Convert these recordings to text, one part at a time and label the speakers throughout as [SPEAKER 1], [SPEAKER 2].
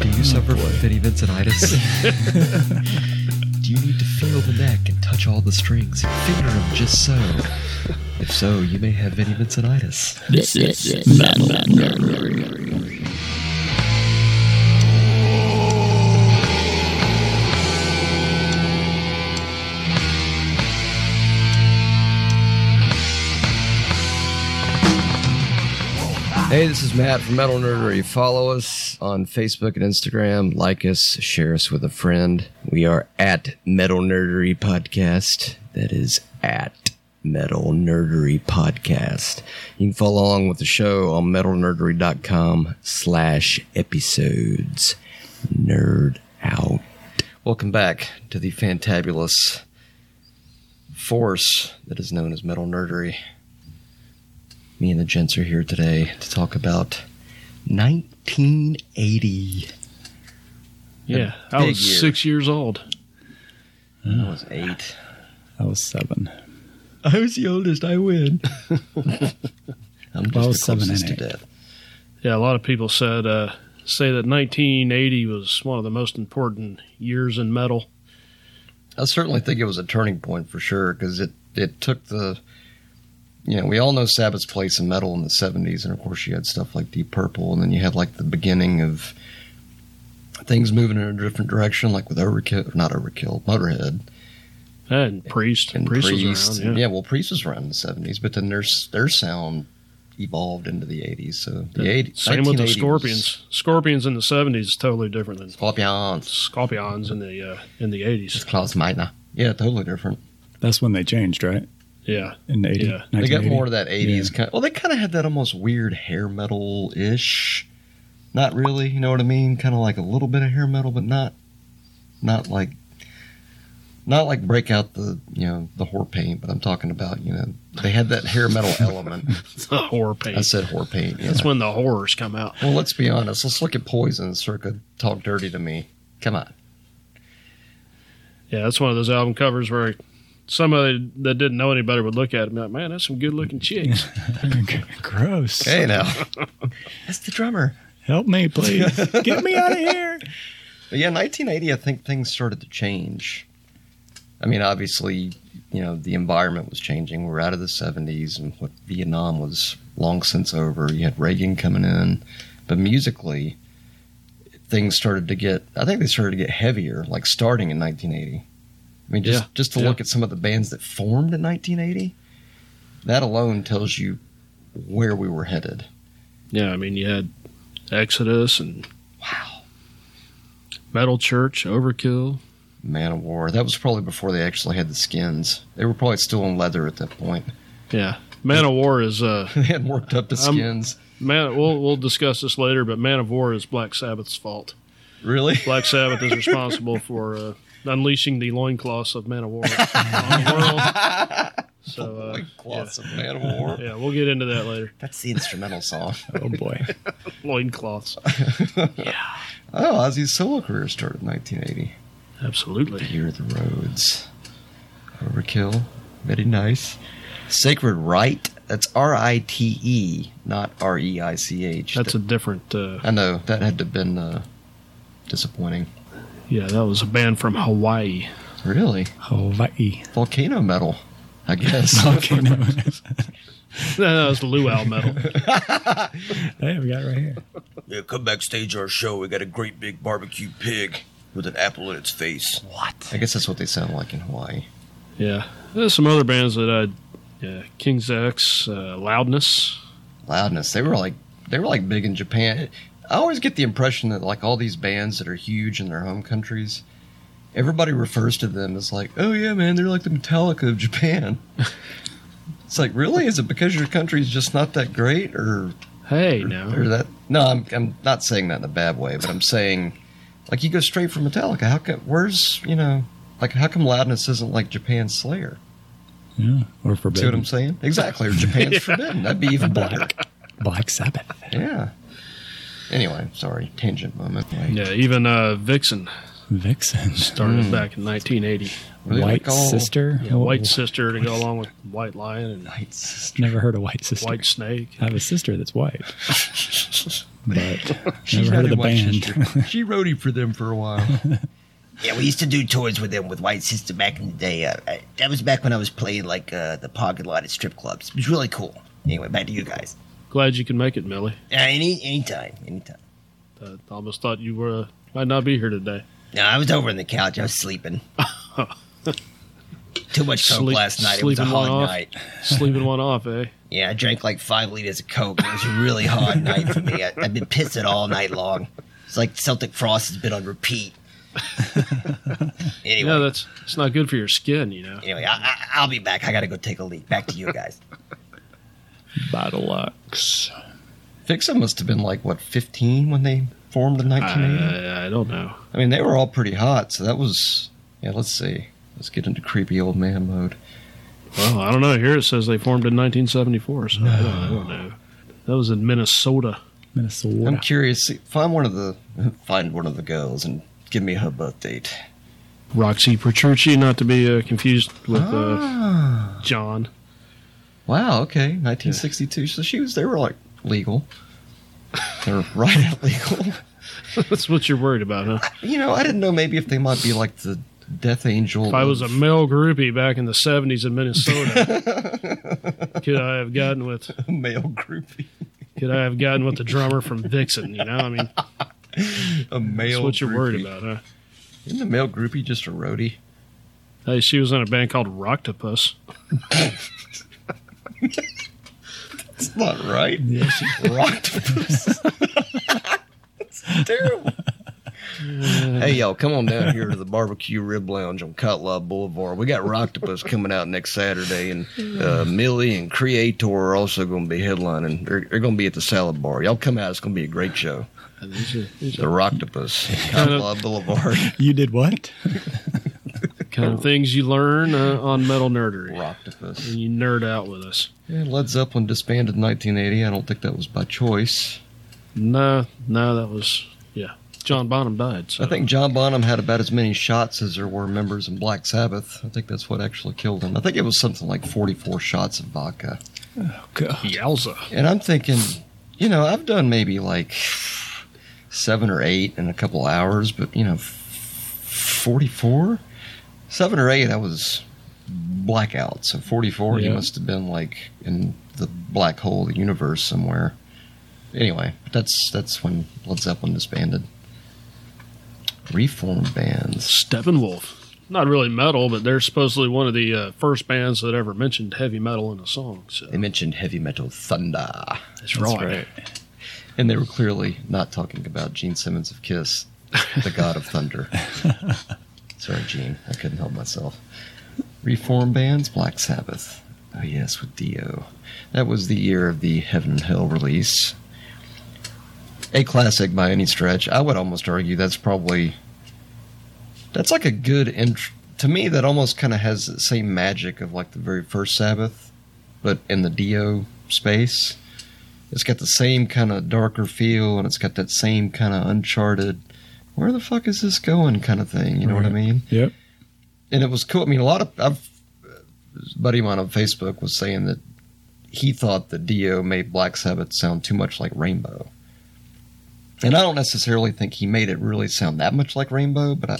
[SPEAKER 1] Do you suffer from Vinnie Vincentitis? Do you need to feel the neck and touch all the strings and finger them just so? If so, you may have Vinnie Vincentitis.
[SPEAKER 2] This is Mammal
[SPEAKER 3] Hey, this is Matt from Metal Nerdery. Follow us on Facebook and Instagram. Like us, share us with a friend. We are at Metal Nerdery Podcast. That is at Metal Nerdery Podcast. You can follow along with the show on metalnerdery.com slash episodes. Nerd out. Welcome back to the fantabulous force that is known as Metal Nerdery. Me and the gents are here today to talk about 1980.
[SPEAKER 4] Yeah, I
[SPEAKER 3] big
[SPEAKER 4] was
[SPEAKER 3] year.
[SPEAKER 4] six years old.
[SPEAKER 3] I was eight.
[SPEAKER 2] I was seven.
[SPEAKER 3] I was the oldest. I win. I'm just
[SPEAKER 2] Well, I was
[SPEAKER 3] the
[SPEAKER 2] seven
[SPEAKER 3] closest
[SPEAKER 2] and
[SPEAKER 3] to
[SPEAKER 2] eight.
[SPEAKER 3] death.
[SPEAKER 4] Yeah, a lot of people said uh, say that 1980 was one of the most important years in metal.
[SPEAKER 3] I certainly think it was a turning point for sure because it it took the. You know, we all know Sabbath's place in metal in the '70s, and of course, you had stuff like Deep Purple, and then you had like the beginning of things moving in a different direction, like with Overkill, not Overkill, Motorhead.
[SPEAKER 4] And Priest,
[SPEAKER 3] and
[SPEAKER 4] Priest,
[SPEAKER 3] Priest.
[SPEAKER 4] was around.
[SPEAKER 3] yeah.
[SPEAKER 4] Yeah,
[SPEAKER 3] well, Priest was around in the seventies, but then their their sound evolved into the eighties. So the eighties,
[SPEAKER 4] same with the Scorpions. Scorpions in the 70s is totally different than
[SPEAKER 3] Scorpions,
[SPEAKER 4] Scorpions in the uh, in the 80s.
[SPEAKER 3] just Klaus Meitner. Yeah, totally different.
[SPEAKER 2] That's when they changed, right?
[SPEAKER 4] Yeah,
[SPEAKER 2] In the 80,
[SPEAKER 3] They
[SPEAKER 4] Yeah.
[SPEAKER 3] got
[SPEAKER 2] 1980?
[SPEAKER 3] more of that eighties kind. Well, they kind of had that almost weird hair metal ish. Not really, you know what I mean? Kind of like a little bit of hair metal, but not, not like, not like break out the you know the whore paint. But I'm talking about you know they had that hair metal element.
[SPEAKER 4] the horror paint.
[SPEAKER 3] I said whore paint. Yeah.
[SPEAKER 4] That's when the horrors come out.
[SPEAKER 3] Well, let's be honest. Let's look at Poison circa Talk Dirty to Me. Come on.
[SPEAKER 4] Yeah, that's one of those album covers where somebody that didn't know any better would look at it and be like, man, that's some good looking chicks.
[SPEAKER 2] Gross.
[SPEAKER 3] Hey, now. That's the drummer.
[SPEAKER 2] Help me, please. Get me out of here.
[SPEAKER 3] But yeah, 1980, I think things started to change. I mean, obviously, you know, the environment was changing. We were out of the 70s, and what Vietnam was long since over. You had Reagan coming in. But musically, things started to get, I think they started to get heavier, like starting in 1980. I mean, just,
[SPEAKER 4] Yeah,
[SPEAKER 3] just to
[SPEAKER 4] yeah.
[SPEAKER 3] look at some of the bands that formed in 1980, that alone tells you where we were headed.
[SPEAKER 4] yeah, I mean, you had Exodus and
[SPEAKER 3] Wow.
[SPEAKER 4] Metal Church, Overkill.
[SPEAKER 3] Man of War. That was probably before they actually had the skins. They were probably still in leather at that point.
[SPEAKER 4] Yeah. Man of War is uh
[SPEAKER 3] they hadn't worked up to
[SPEAKER 4] Um,
[SPEAKER 3] skins.
[SPEAKER 4] man we'll we'll discuss this later, but Man of War is Black Sabbath's fault.
[SPEAKER 3] really?
[SPEAKER 4] Black Sabbath is responsible for uh, unleashing the loincloths of Man of War on the world. So uh,
[SPEAKER 3] Lots of Man of War.
[SPEAKER 4] yeah, we'll get into that later.
[SPEAKER 3] That's the instrumental song.
[SPEAKER 2] Oh, boy.
[SPEAKER 4] Loincloths.
[SPEAKER 3] Oh, Ozzy's solo career started in 1980.
[SPEAKER 4] Absolutely.
[SPEAKER 3] Year of the Roads. Overkill. Very nice. Sacred Right. That's R I T E, not R E I C H.
[SPEAKER 4] That's a different uh,
[SPEAKER 3] I know. That had to have been uh, disappointing.
[SPEAKER 4] yeah, that was a band from Hawaii.
[SPEAKER 3] Really?
[SPEAKER 2] Hawaii.
[SPEAKER 3] Volcano metal, I guess.
[SPEAKER 2] Okay, no.
[SPEAKER 4] that was luau metal.
[SPEAKER 2] Hey, we got it right here.
[SPEAKER 5] Yeah, come backstage our show. We got a great big barbecue pig with an apple in its face.
[SPEAKER 3] I guess that's what they sound like in Hawaii.
[SPEAKER 4] Yeah, there's some other bands that I, yeah, King's X, uh, Loudness.
[SPEAKER 3] Loudness. They were like they were like big in Japan. I always get the impression that like all these bands that are huge in their home countries, everybody refers to them as like, oh yeah, man, they're like the Metallica of Japan. it's like really, is it because your country's just not that great, or
[SPEAKER 4] Hey,
[SPEAKER 3] or
[SPEAKER 4] now
[SPEAKER 3] that? No, I'm I'm not saying that in a bad way, but I'm saying like you go straight from Metallica. How come? Where's you know like how come Loudness isn't like Japan's Slayer?
[SPEAKER 2] Yeah. Or
[SPEAKER 3] See what I'm
[SPEAKER 2] forbidden.
[SPEAKER 3] saying? Exactly. Or Japan's forbidden. That'd be even better.
[SPEAKER 2] Black Sabbath.
[SPEAKER 3] Yeah. Anyway, sorry. Tangent moment.
[SPEAKER 4] yeah, even uh, Vixen
[SPEAKER 2] Vixens.
[SPEAKER 4] started back in 1980.
[SPEAKER 3] Really
[SPEAKER 2] White
[SPEAKER 3] like all-
[SPEAKER 2] Sister. Oh.
[SPEAKER 4] Yeah, White Sister to go along with White Lion and
[SPEAKER 3] Lights.
[SPEAKER 2] Never heard of White Sister.
[SPEAKER 4] White Snake.
[SPEAKER 2] I have a sister that's white. but
[SPEAKER 6] She's
[SPEAKER 2] never
[SPEAKER 6] not
[SPEAKER 2] heard of the
[SPEAKER 6] in White
[SPEAKER 2] band.
[SPEAKER 6] Sister. She roadied for them for a while.
[SPEAKER 5] Yeah, we used to do tours with them with White Sister back in the day. Uh, I, that was back when I was playing like uh, the parking lot at strip clubs. It was really cool. Anyway, back to you guys.
[SPEAKER 4] Glad you can make it, Millie.
[SPEAKER 5] Uh, any anytime, anytime.
[SPEAKER 4] I almost thought you were uh, might not be here today.
[SPEAKER 5] No, I was over on the couch. I was sleeping. Too much coke
[SPEAKER 4] Sleep-
[SPEAKER 5] last night. It was a
[SPEAKER 4] sleeping one
[SPEAKER 5] hard
[SPEAKER 4] off.
[SPEAKER 5] night.
[SPEAKER 4] Sleeping one off, eh?
[SPEAKER 5] Yeah, I drank like five liters of coke. It was a really hard night for me. I, I've been pissing all night long. It's like Celtic Frost has been on repeat. anyway,
[SPEAKER 4] Yeah, that's it's not good for your skin, you know.
[SPEAKER 5] anyway, I, I, I'll be back. I gotta go take a leak. Back to you guys.
[SPEAKER 2] Battle Axe.
[SPEAKER 3] Fixum must have been like what 15 when they formed in
[SPEAKER 2] Uh,
[SPEAKER 3] 1980.
[SPEAKER 4] I, I don't know.
[SPEAKER 3] I mean, they were all pretty hot, so that was yeah. Let's see. Let's get into creepy old man mode.
[SPEAKER 4] Well, I don't know. Here it says they formed in 1974, so I, don't, I don't know. That was in Minnesota.
[SPEAKER 2] Minnesota.
[SPEAKER 3] I'm curious. see- Find one of the find one of the girls and give me her birth date.
[SPEAKER 4] Roxy Petrucci, not to be uh, confused with uh, John.
[SPEAKER 3] Wow. Okay. 1962. So she was. They were like legal. They're right at legal.
[SPEAKER 4] That's what you're worried about, huh?
[SPEAKER 3] You know, I didn't know. Maybe if they might be like the Death Angel.
[SPEAKER 4] If I was a male groupie back in the 70s in Minnesota, could I have gotten with
[SPEAKER 3] male groupie,
[SPEAKER 4] could I have gotten with the drummer from Vixen? You know, I mean,
[SPEAKER 3] a male.
[SPEAKER 4] that's what you're
[SPEAKER 3] groupie.
[SPEAKER 4] worried about, huh?
[SPEAKER 3] Isn't the male groupie just a roadie?
[SPEAKER 4] Hey, she was in a band called Rocktopus.
[SPEAKER 3] It's not right. Yeah, she That's terrible. Hey, y'all, come on down here to the Barbecue Rib Lounge on Cutlaw Boulevard. We got Rocktopus coming out next Saturday, and uh, Millie and Creator are also going to be headlining. They're, they're going to be at the Salad Bar. Y'all come out. It's going to be a great show. The Rocktopus, Cutlaw Boulevard.
[SPEAKER 2] You did what?
[SPEAKER 4] Kind of things you learn uh, on Metal Nerdery.
[SPEAKER 3] Rocktopus.
[SPEAKER 4] And you nerd out with us.
[SPEAKER 3] Yeah, Led Zeppelin disbanded in 1980. I don't think that was by choice.
[SPEAKER 4] No, no, that was yeah. John Bonham died. So
[SPEAKER 3] I think John Bonham had about as many shots as there were members in Black Sabbath. I think that's what actually killed him. I think it was something like 44 shots of vodka.
[SPEAKER 2] God.
[SPEAKER 4] Yowza.
[SPEAKER 3] And I'm thinking, you know, I've done maybe like seven or eight in a couple hours, but, you know, 44? Seven or eight, I was blackout. So 44, he
[SPEAKER 2] Yeah.
[SPEAKER 3] must have been like in the black hole of the universe somewhere. Anyway, that's that's when Led Zeppelin disbanded. Reformed bands.
[SPEAKER 4] Steppenwolf. Not really metal, but they're supposedly one of the uh, first bands that ever mentioned heavy metal in a song. So
[SPEAKER 3] They mentioned heavy metal thunder,
[SPEAKER 4] that's right.
[SPEAKER 3] and they were clearly not talking about Gene Simmons of Kiss, the god of thunder. Sorry, Gene, I couldn't help myself. Reform bands, Black Sabbath. Oh yes, with Dio. That was the year of the Heaven and Hell release. A classic by any stretch. I would almost argue that's probably that's like a good int- to me. That almost kind of has the same magic of like the very first Sabbath, but in the Dio space it's got the same kind of darker feel and it's got that same kind of uncharted where the fuck is this going kind of thing you know what i
[SPEAKER 2] Right.
[SPEAKER 3] mean
[SPEAKER 2] Yep.
[SPEAKER 3] and it was cool i mean a lot of i've a buddy of mine on facebook was saying that he thought the dio made black sabbath sound too much like rainbow and i don't necessarily think he made it really sound that much like rainbow but i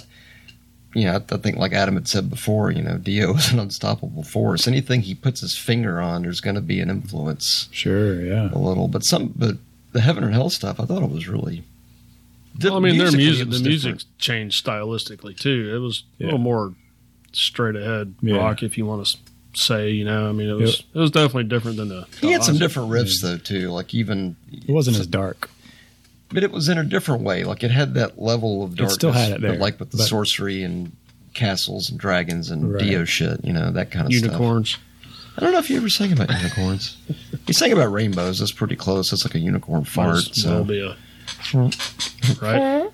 [SPEAKER 3] you know, I, I think like Adam had said before, you know, Dio is an unstoppable force. Anything he puts his finger on, there's going to be an influence
[SPEAKER 2] Sure. Yeah.
[SPEAKER 3] a little, but some, but the heaven and hell stuff, I thought it was really.
[SPEAKER 4] Well, I mean, their
[SPEAKER 3] musically,
[SPEAKER 4] music,
[SPEAKER 3] it
[SPEAKER 4] the
[SPEAKER 3] was
[SPEAKER 4] music
[SPEAKER 3] different.
[SPEAKER 4] changed stylistically too. It was a
[SPEAKER 2] Yeah.
[SPEAKER 4] little more straight ahead
[SPEAKER 2] Yeah.
[SPEAKER 4] rock, if you want to say. You know, I mean, it was it was definitely different than the.
[SPEAKER 3] He had some
[SPEAKER 4] the-
[SPEAKER 3] different riffs though too, like even,
[SPEAKER 2] It wasn't as dark.
[SPEAKER 3] but it was in a different way. Like it had that level of darkness,
[SPEAKER 2] It still had it
[SPEAKER 3] but
[SPEAKER 2] there,
[SPEAKER 3] like with the
[SPEAKER 2] but-
[SPEAKER 3] sorcery and castles and dragons and
[SPEAKER 2] Right.
[SPEAKER 3] Dio shit, you know that kind of stuff.
[SPEAKER 4] unicorns.
[SPEAKER 3] I don't know if you ever sang about unicorns. you sang about rainbows. That's pretty close. That's like a unicorn fart.
[SPEAKER 4] Might as
[SPEAKER 3] So
[SPEAKER 4] well be a right.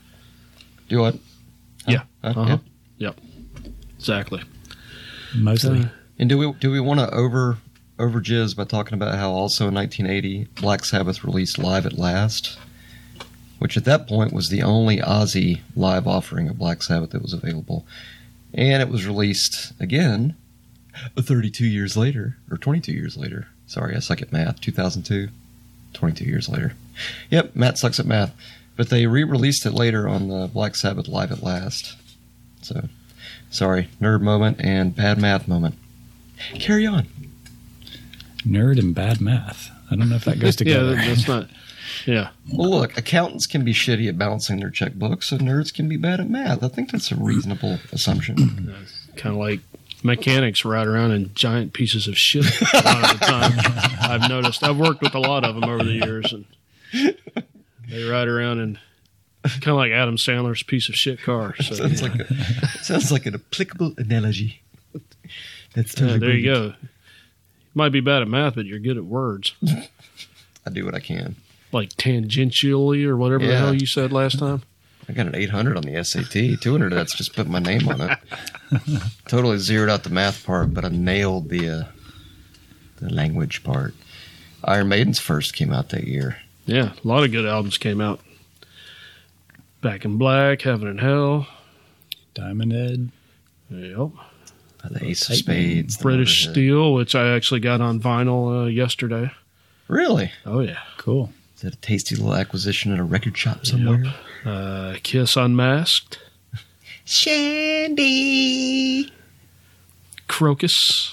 [SPEAKER 3] do what?
[SPEAKER 4] Yeah.
[SPEAKER 3] Huh?
[SPEAKER 4] Uh-huh.
[SPEAKER 3] Yeah.
[SPEAKER 4] Yep. Exactly.
[SPEAKER 2] Mostly.
[SPEAKER 3] And do we do we want to over over jizz by talking about how also in 1980 Black Sabbath released Live at Last, which at that point was the only Aussie live offering of Black Sabbath that was available, and it was released again 32 years later or 22 years later. Sorry, I suck at math. 2002, 22 years later. Yep, Matt sucks at math. But they re-released it later on the Black Sabbath Live at Last. So, sorry, nerd moment and bad math moment. Carry on.
[SPEAKER 2] Nerd and bad math. I don't know if that goes
[SPEAKER 4] yeah,
[SPEAKER 2] together.
[SPEAKER 4] that- that's not. Yeah,
[SPEAKER 3] Well, look, accountants can be shitty at balancing their checkbooks, so nerds can be bad at math. I think that's a reasonable assumption.
[SPEAKER 4] kind of like mechanics ride around in giant pieces of shit a lot of the time. I've noticed. I've worked with a lot of them over the years, and they ride around in kind of like Adam Sandler's piece of shit car. So
[SPEAKER 3] sounds like a, sounds like an applicable analogy. That's
[SPEAKER 4] yeah,
[SPEAKER 3] totally
[SPEAKER 4] there you
[SPEAKER 3] brilliant.
[SPEAKER 4] go. Might be bad at math, but you're good at words,
[SPEAKER 3] I do what I can.
[SPEAKER 4] like tangentially or whatever the
[SPEAKER 3] Yeah.
[SPEAKER 4] hell you said last time.
[SPEAKER 3] I got an 800 on the SAT. 200 of that's just putting my name on it. totally zeroed out the math part, but I nailed the uh, the language part. Iron Maiden's first came out that year.
[SPEAKER 4] Yeah, a lot of good albums came out. Back in Black, Heaven and Hell.
[SPEAKER 2] Diamond Head.
[SPEAKER 4] Yep.
[SPEAKER 3] The Ace of Spades. the
[SPEAKER 4] British
[SPEAKER 3] Motorhead.
[SPEAKER 4] Steel, which I actually got on vinyl uh, yesterday.
[SPEAKER 3] Really?
[SPEAKER 4] Oh yeah.
[SPEAKER 2] Cool.
[SPEAKER 3] Is that a tasty little acquisition at a record shop somewhere?
[SPEAKER 4] Uh, Kiss Unmasked,
[SPEAKER 7] Shandy.
[SPEAKER 4] Crocus.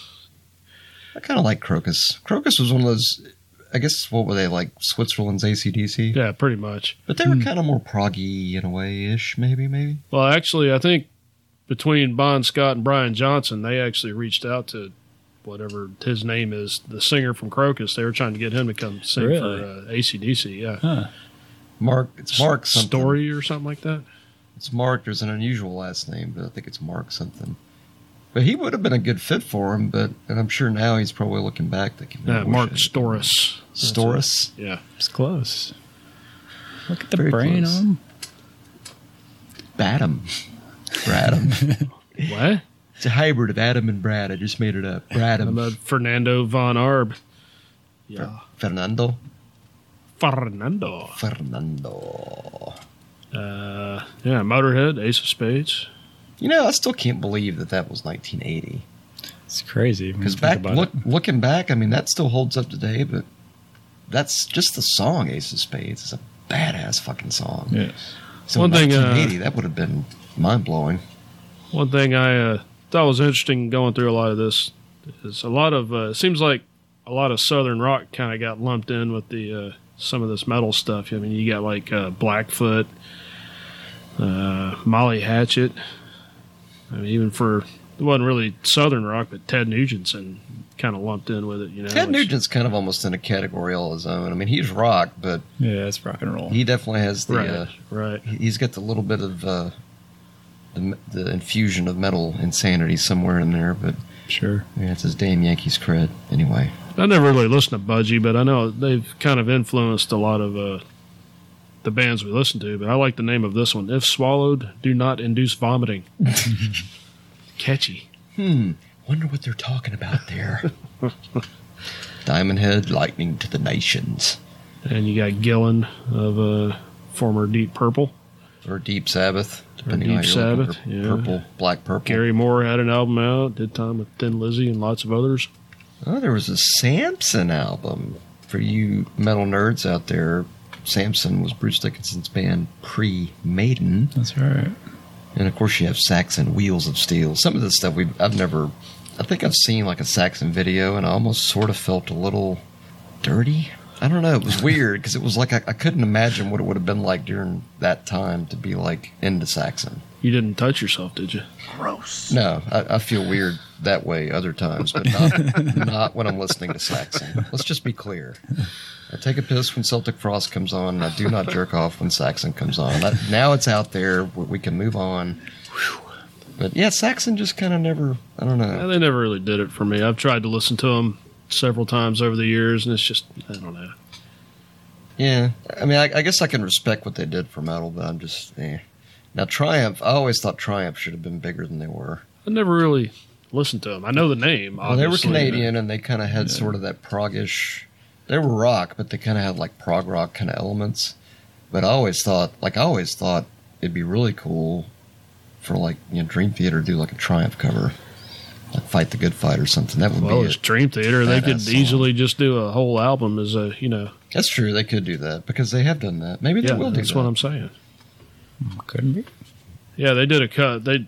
[SPEAKER 3] I kind of like Crocus. Crocus was one of those, I guess, what were they, like Switzerland's ACDC?
[SPEAKER 4] Yeah, Hmm. pretty much.
[SPEAKER 3] But they were kind of more proggy in a way ish, maybe, maybe.
[SPEAKER 4] Well, actually, I think between Bon Scott and Brian Johnson, they actually reached out to whatever his name is, the singer from Crocus. They were trying to get him to come sing
[SPEAKER 2] Really?
[SPEAKER 4] for uh, ACDC. Yeah.
[SPEAKER 2] Huh.
[SPEAKER 3] Mark, it's Mark something.
[SPEAKER 4] Story or something like that.
[SPEAKER 3] It's Mark. There's an unusual last name, but I think it's Mark something. But he would have been a good fit for him, but and I'm sure now he's probably looking back thinking, "Man, I
[SPEAKER 4] Yeah,
[SPEAKER 3] wish
[SPEAKER 4] Mark
[SPEAKER 3] I-
[SPEAKER 4] Storis. That's
[SPEAKER 3] Storis.
[SPEAKER 4] it. Yeah.
[SPEAKER 2] It's close. Look at the
[SPEAKER 3] Very
[SPEAKER 2] brain
[SPEAKER 3] close.
[SPEAKER 2] on 'em.
[SPEAKER 3] Bat him. Brad him.
[SPEAKER 4] What?
[SPEAKER 3] it's a hybrid of Adam and Brad. I just made it up. Brad
[SPEAKER 4] I'm
[SPEAKER 3] him.
[SPEAKER 4] a Fernando Von Arb. Yeah.
[SPEAKER 3] Fernando.
[SPEAKER 4] Fernando.
[SPEAKER 3] Fernando.
[SPEAKER 4] Uh, yeah, Motorhead, Ace of Spades.
[SPEAKER 3] You know, I still can't believe that that was 1980.
[SPEAKER 2] It's crazy.
[SPEAKER 3] Because back, look, looking back, I mean, that still holds up today, but that's just the song Ace of Spades. It's a badass fucking song.
[SPEAKER 2] Yes.
[SPEAKER 3] So
[SPEAKER 4] One
[SPEAKER 3] in
[SPEAKER 4] thing, uh,
[SPEAKER 3] 1980, that would have been mind blowing.
[SPEAKER 4] One thing I uh, thought was interesting going through a lot of this is a lot of uh, it seems like a lot of southern rock kind of got lumped in with the uh, some of this metal stuff. I mean, you got like uh, Blackfoot, uh, Molly Hatchet. I mean, even for it wasn't really southern rock, but Ted Nugent's and kind of lumped in with it. You know,
[SPEAKER 3] Ted
[SPEAKER 4] which-
[SPEAKER 3] Nugent's kind of almost in a category all his own. I mean, he's rock, but
[SPEAKER 2] Yeah, it's rock and roll.
[SPEAKER 3] he definitely has the.
[SPEAKER 4] right?
[SPEAKER 3] Uh,
[SPEAKER 4] Right.
[SPEAKER 3] he's got the little bit of uh, the, the infusion of metal insanity somewhere in there, but
[SPEAKER 2] Sure.
[SPEAKER 3] yeah, it's his damn Yankees cred. Anyway,
[SPEAKER 4] I never really listened to Budgie, but I know they've kind of influenced a lot of uh, the bands we listen to. But I like the name of this one: "If Swallowed, Do Not Induce Vomiting." Catchy.
[SPEAKER 3] Hmm. wonder what they're talking about there. Diamond Head, Lightning to the Nations,
[SPEAKER 4] And you got Gillen of uh, former Deep Purple.
[SPEAKER 3] or Deep Sabbath, depending on
[SPEAKER 4] Deep
[SPEAKER 3] how you're looking
[SPEAKER 4] Sabbath,
[SPEAKER 3] for
[SPEAKER 4] yeah.
[SPEAKER 3] Purple, Black Purple.
[SPEAKER 4] Gary Moore had an album out, did time with Thin Lizzy and lots of others.
[SPEAKER 3] Oh, there was a Samson album for you metal nerds out there. Samson was Bruce Dickinson's band pre Maiden,
[SPEAKER 2] That's right.
[SPEAKER 3] and of course you have Saxon Wheels of Steel. Some of this stuff we I've never, I think I've seen like a Saxon video, and I almost sort of felt a little dirty. I don't know. It was weird because it was like I, I couldn't imagine what it would have been like during that time to be like into Saxon.
[SPEAKER 4] You didn't touch yourself, did you?
[SPEAKER 3] No, I, I feel weird that way other times, but not, not when I'm listening to Saxon. Let's just be clear. I take a piss when Celtic Frost comes on. And I do not jerk off when Saxon comes on. I, now it's out there. We we can move on. But yeah, Saxon just kind of never. I don't
[SPEAKER 4] Yeah,
[SPEAKER 3] know.
[SPEAKER 4] they never really did it for me. I've tried to listen to them several times over the years, and it's just I don't know.
[SPEAKER 3] Yeah, I mean, I, I guess I can respect what they did for metal, but I'm just eh. now Triumph. I always thought Triumph should have been bigger than they were.
[SPEAKER 4] I never really listened to them. I know the name.
[SPEAKER 3] Well, they were
[SPEAKER 4] obviously, uh, but-
[SPEAKER 3] Canadian, and they kind of had sort of that proggish. They were rock, but they kind of had like prog rock kind of elements. But I always thought, like I always thought, it'd be really cool for like you know Dream Theater to do like a Triumph cover. like Fight the Good Fight or something. That would
[SPEAKER 4] Well,
[SPEAKER 3] be
[SPEAKER 4] it's
[SPEAKER 3] it.
[SPEAKER 4] Dream Theater. They could
[SPEAKER 3] Badass song.
[SPEAKER 4] easily just do a whole album as a you know.
[SPEAKER 3] That's true. They could do that because they have done that. Maybe
[SPEAKER 4] Yeah,
[SPEAKER 3] they will do
[SPEAKER 4] that's
[SPEAKER 3] that.
[SPEAKER 4] what I'm saying.
[SPEAKER 2] Couldn't be.
[SPEAKER 4] Yeah, they did a cut. They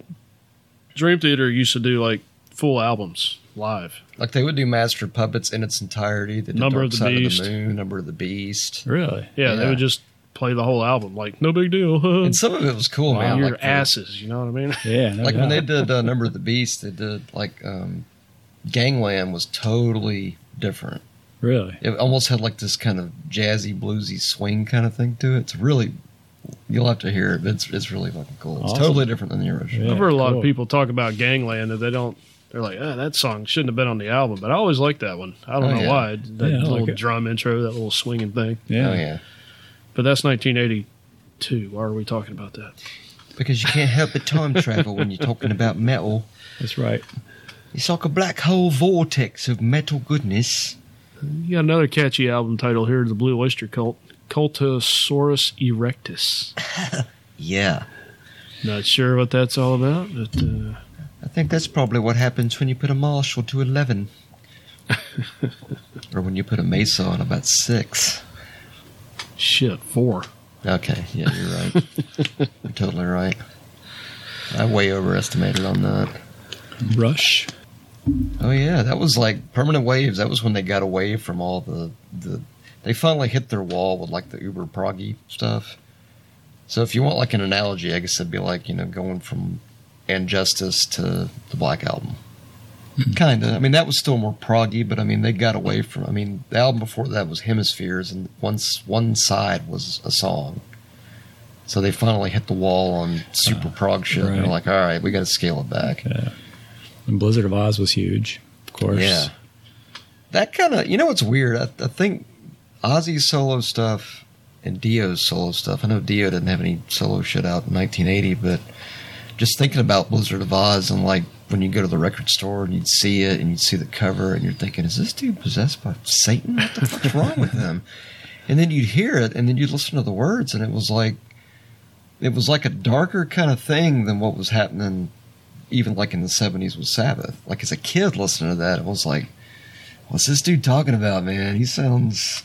[SPEAKER 4] Dream Theater used to do like full albums live.
[SPEAKER 3] like they would do Master of Puppets in its entirety. They did
[SPEAKER 4] Number
[SPEAKER 3] Dark
[SPEAKER 4] of the
[SPEAKER 3] Side
[SPEAKER 4] Beast.
[SPEAKER 3] of the Moon, Number of the Beast,
[SPEAKER 2] Really?
[SPEAKER 4] Yeah, they
[SPEAKER 3] Yeah.
[SPEAKER 4] would just play the whole album. Like no big deal.
[SPEAKER 3] and some of it was cool,
[SPEAKER 4] on
[SPEAKER 3] man.
[SPEAKER 4] your
[SPEAKER 3] like the-
[SPEAKER 4] asses. You know what I mean?
[SPEAKER 2] Yeah. no
[SPEAKER 3] like when they
[SPEAKER 2] doubt.
[SPEAKER 3] did uh, Number of the Beast, they did like um, Gangland was totally different.
[SPEAKER 2] Really?
[SPEAKER 3] It almost had like this kind of jazzy, bluesy swing kind of thing to it. It's really, you'll have to hear it. but It's it's really fucking cool. It's
[SPEAKER 2] Awesome.
[SPEAKER 3] totally different than the original.
[SPEAKER 2] Yeah,
[SPEAKER 4] I've heard a lot
[SPEAKER 2] cool.
[SPEAKER 4] of people talk about Gangland that they don't. They're like, oh, that song shouldn't have been on the album, but I always liked that one. I don't
[SPEAKER 3] Oh,
[SPEAKER 4] know
[SPEAKER 3] yeah.
[SPEAKER 4] why. That
[SPEAKER 2] Yeah, I like
[SPEAKER 4] little
[SPEAKER 2] it.
[SPEAKER 4] drum intro, that little swinging thing.
[SPEAKER 2] Yeah.
[SPEAKER 3] Oh yeah,
[SPEAKER 4] But that's 1982. Why are we talking about that?
[SPEAKER 3] because you can't help but time travel when you're talking about metal.
[SPEAKER 2] That's right.
[SPEAKER 3] It's like a black hole vortex of metal goodness.
[SPEAKER 4] You got another catchy album title here, The Blue Oyster Cult, Cultosaurus Erectus.
[SPEAKER 3] Yeah,
[SPEAKER 4] Not sure what that's all about, but uh,
[SPEAKER 3] I think that's probably what happens when you put a Marshall to eleven, or when you put a Mesa on about six.
[SPEAKER 4] shit, four.
[SPEAKER 3] Okay, yeah, you're right. you're totally right. I way overestimated on that.
[SPEAKER 2] Rush.
[SPEAKER 3] Oh yeah, that was like permanent waves. That was when they got away from all the the. They finally hit their wall with like the uber proggy stuff. So if you want like an analogy, I guess it'd be like you know going from Injustice to the Black Album. Kinda. I mean, that was still more proggy, but I mean, they got away from. I mean, the album before that was Hemispheres, and once one side was a song. So they finally hit the wall on super prog shit. and They're
[SPEAKER 2] right.
[SPEAKER 3] like, all right, we got to scale it back.
[SPEAKER 2] And Blizzard of Oz was huge, of course.
[SPEAKER 3] Yeah. That kind of, you know, what's weird. I, I think Ozzy's solo stuff and Dio's solo stuff. I know Dio didn't have any solo shit out in 1980, but just thinking about Blizzard of Oz and like when you go to the record store and you'd see it and you'd see the cover and you're thinking, is this dude possessed by Satan? What the fuck's wrong with him? And then you'd hear it and then you'd listen to the words and it was like, it was like a darker kind of thing than what was happening even like in the 70s with Sabbath. Like as a kid listening to that, it was like, what's this dude talking about, man? He sounds.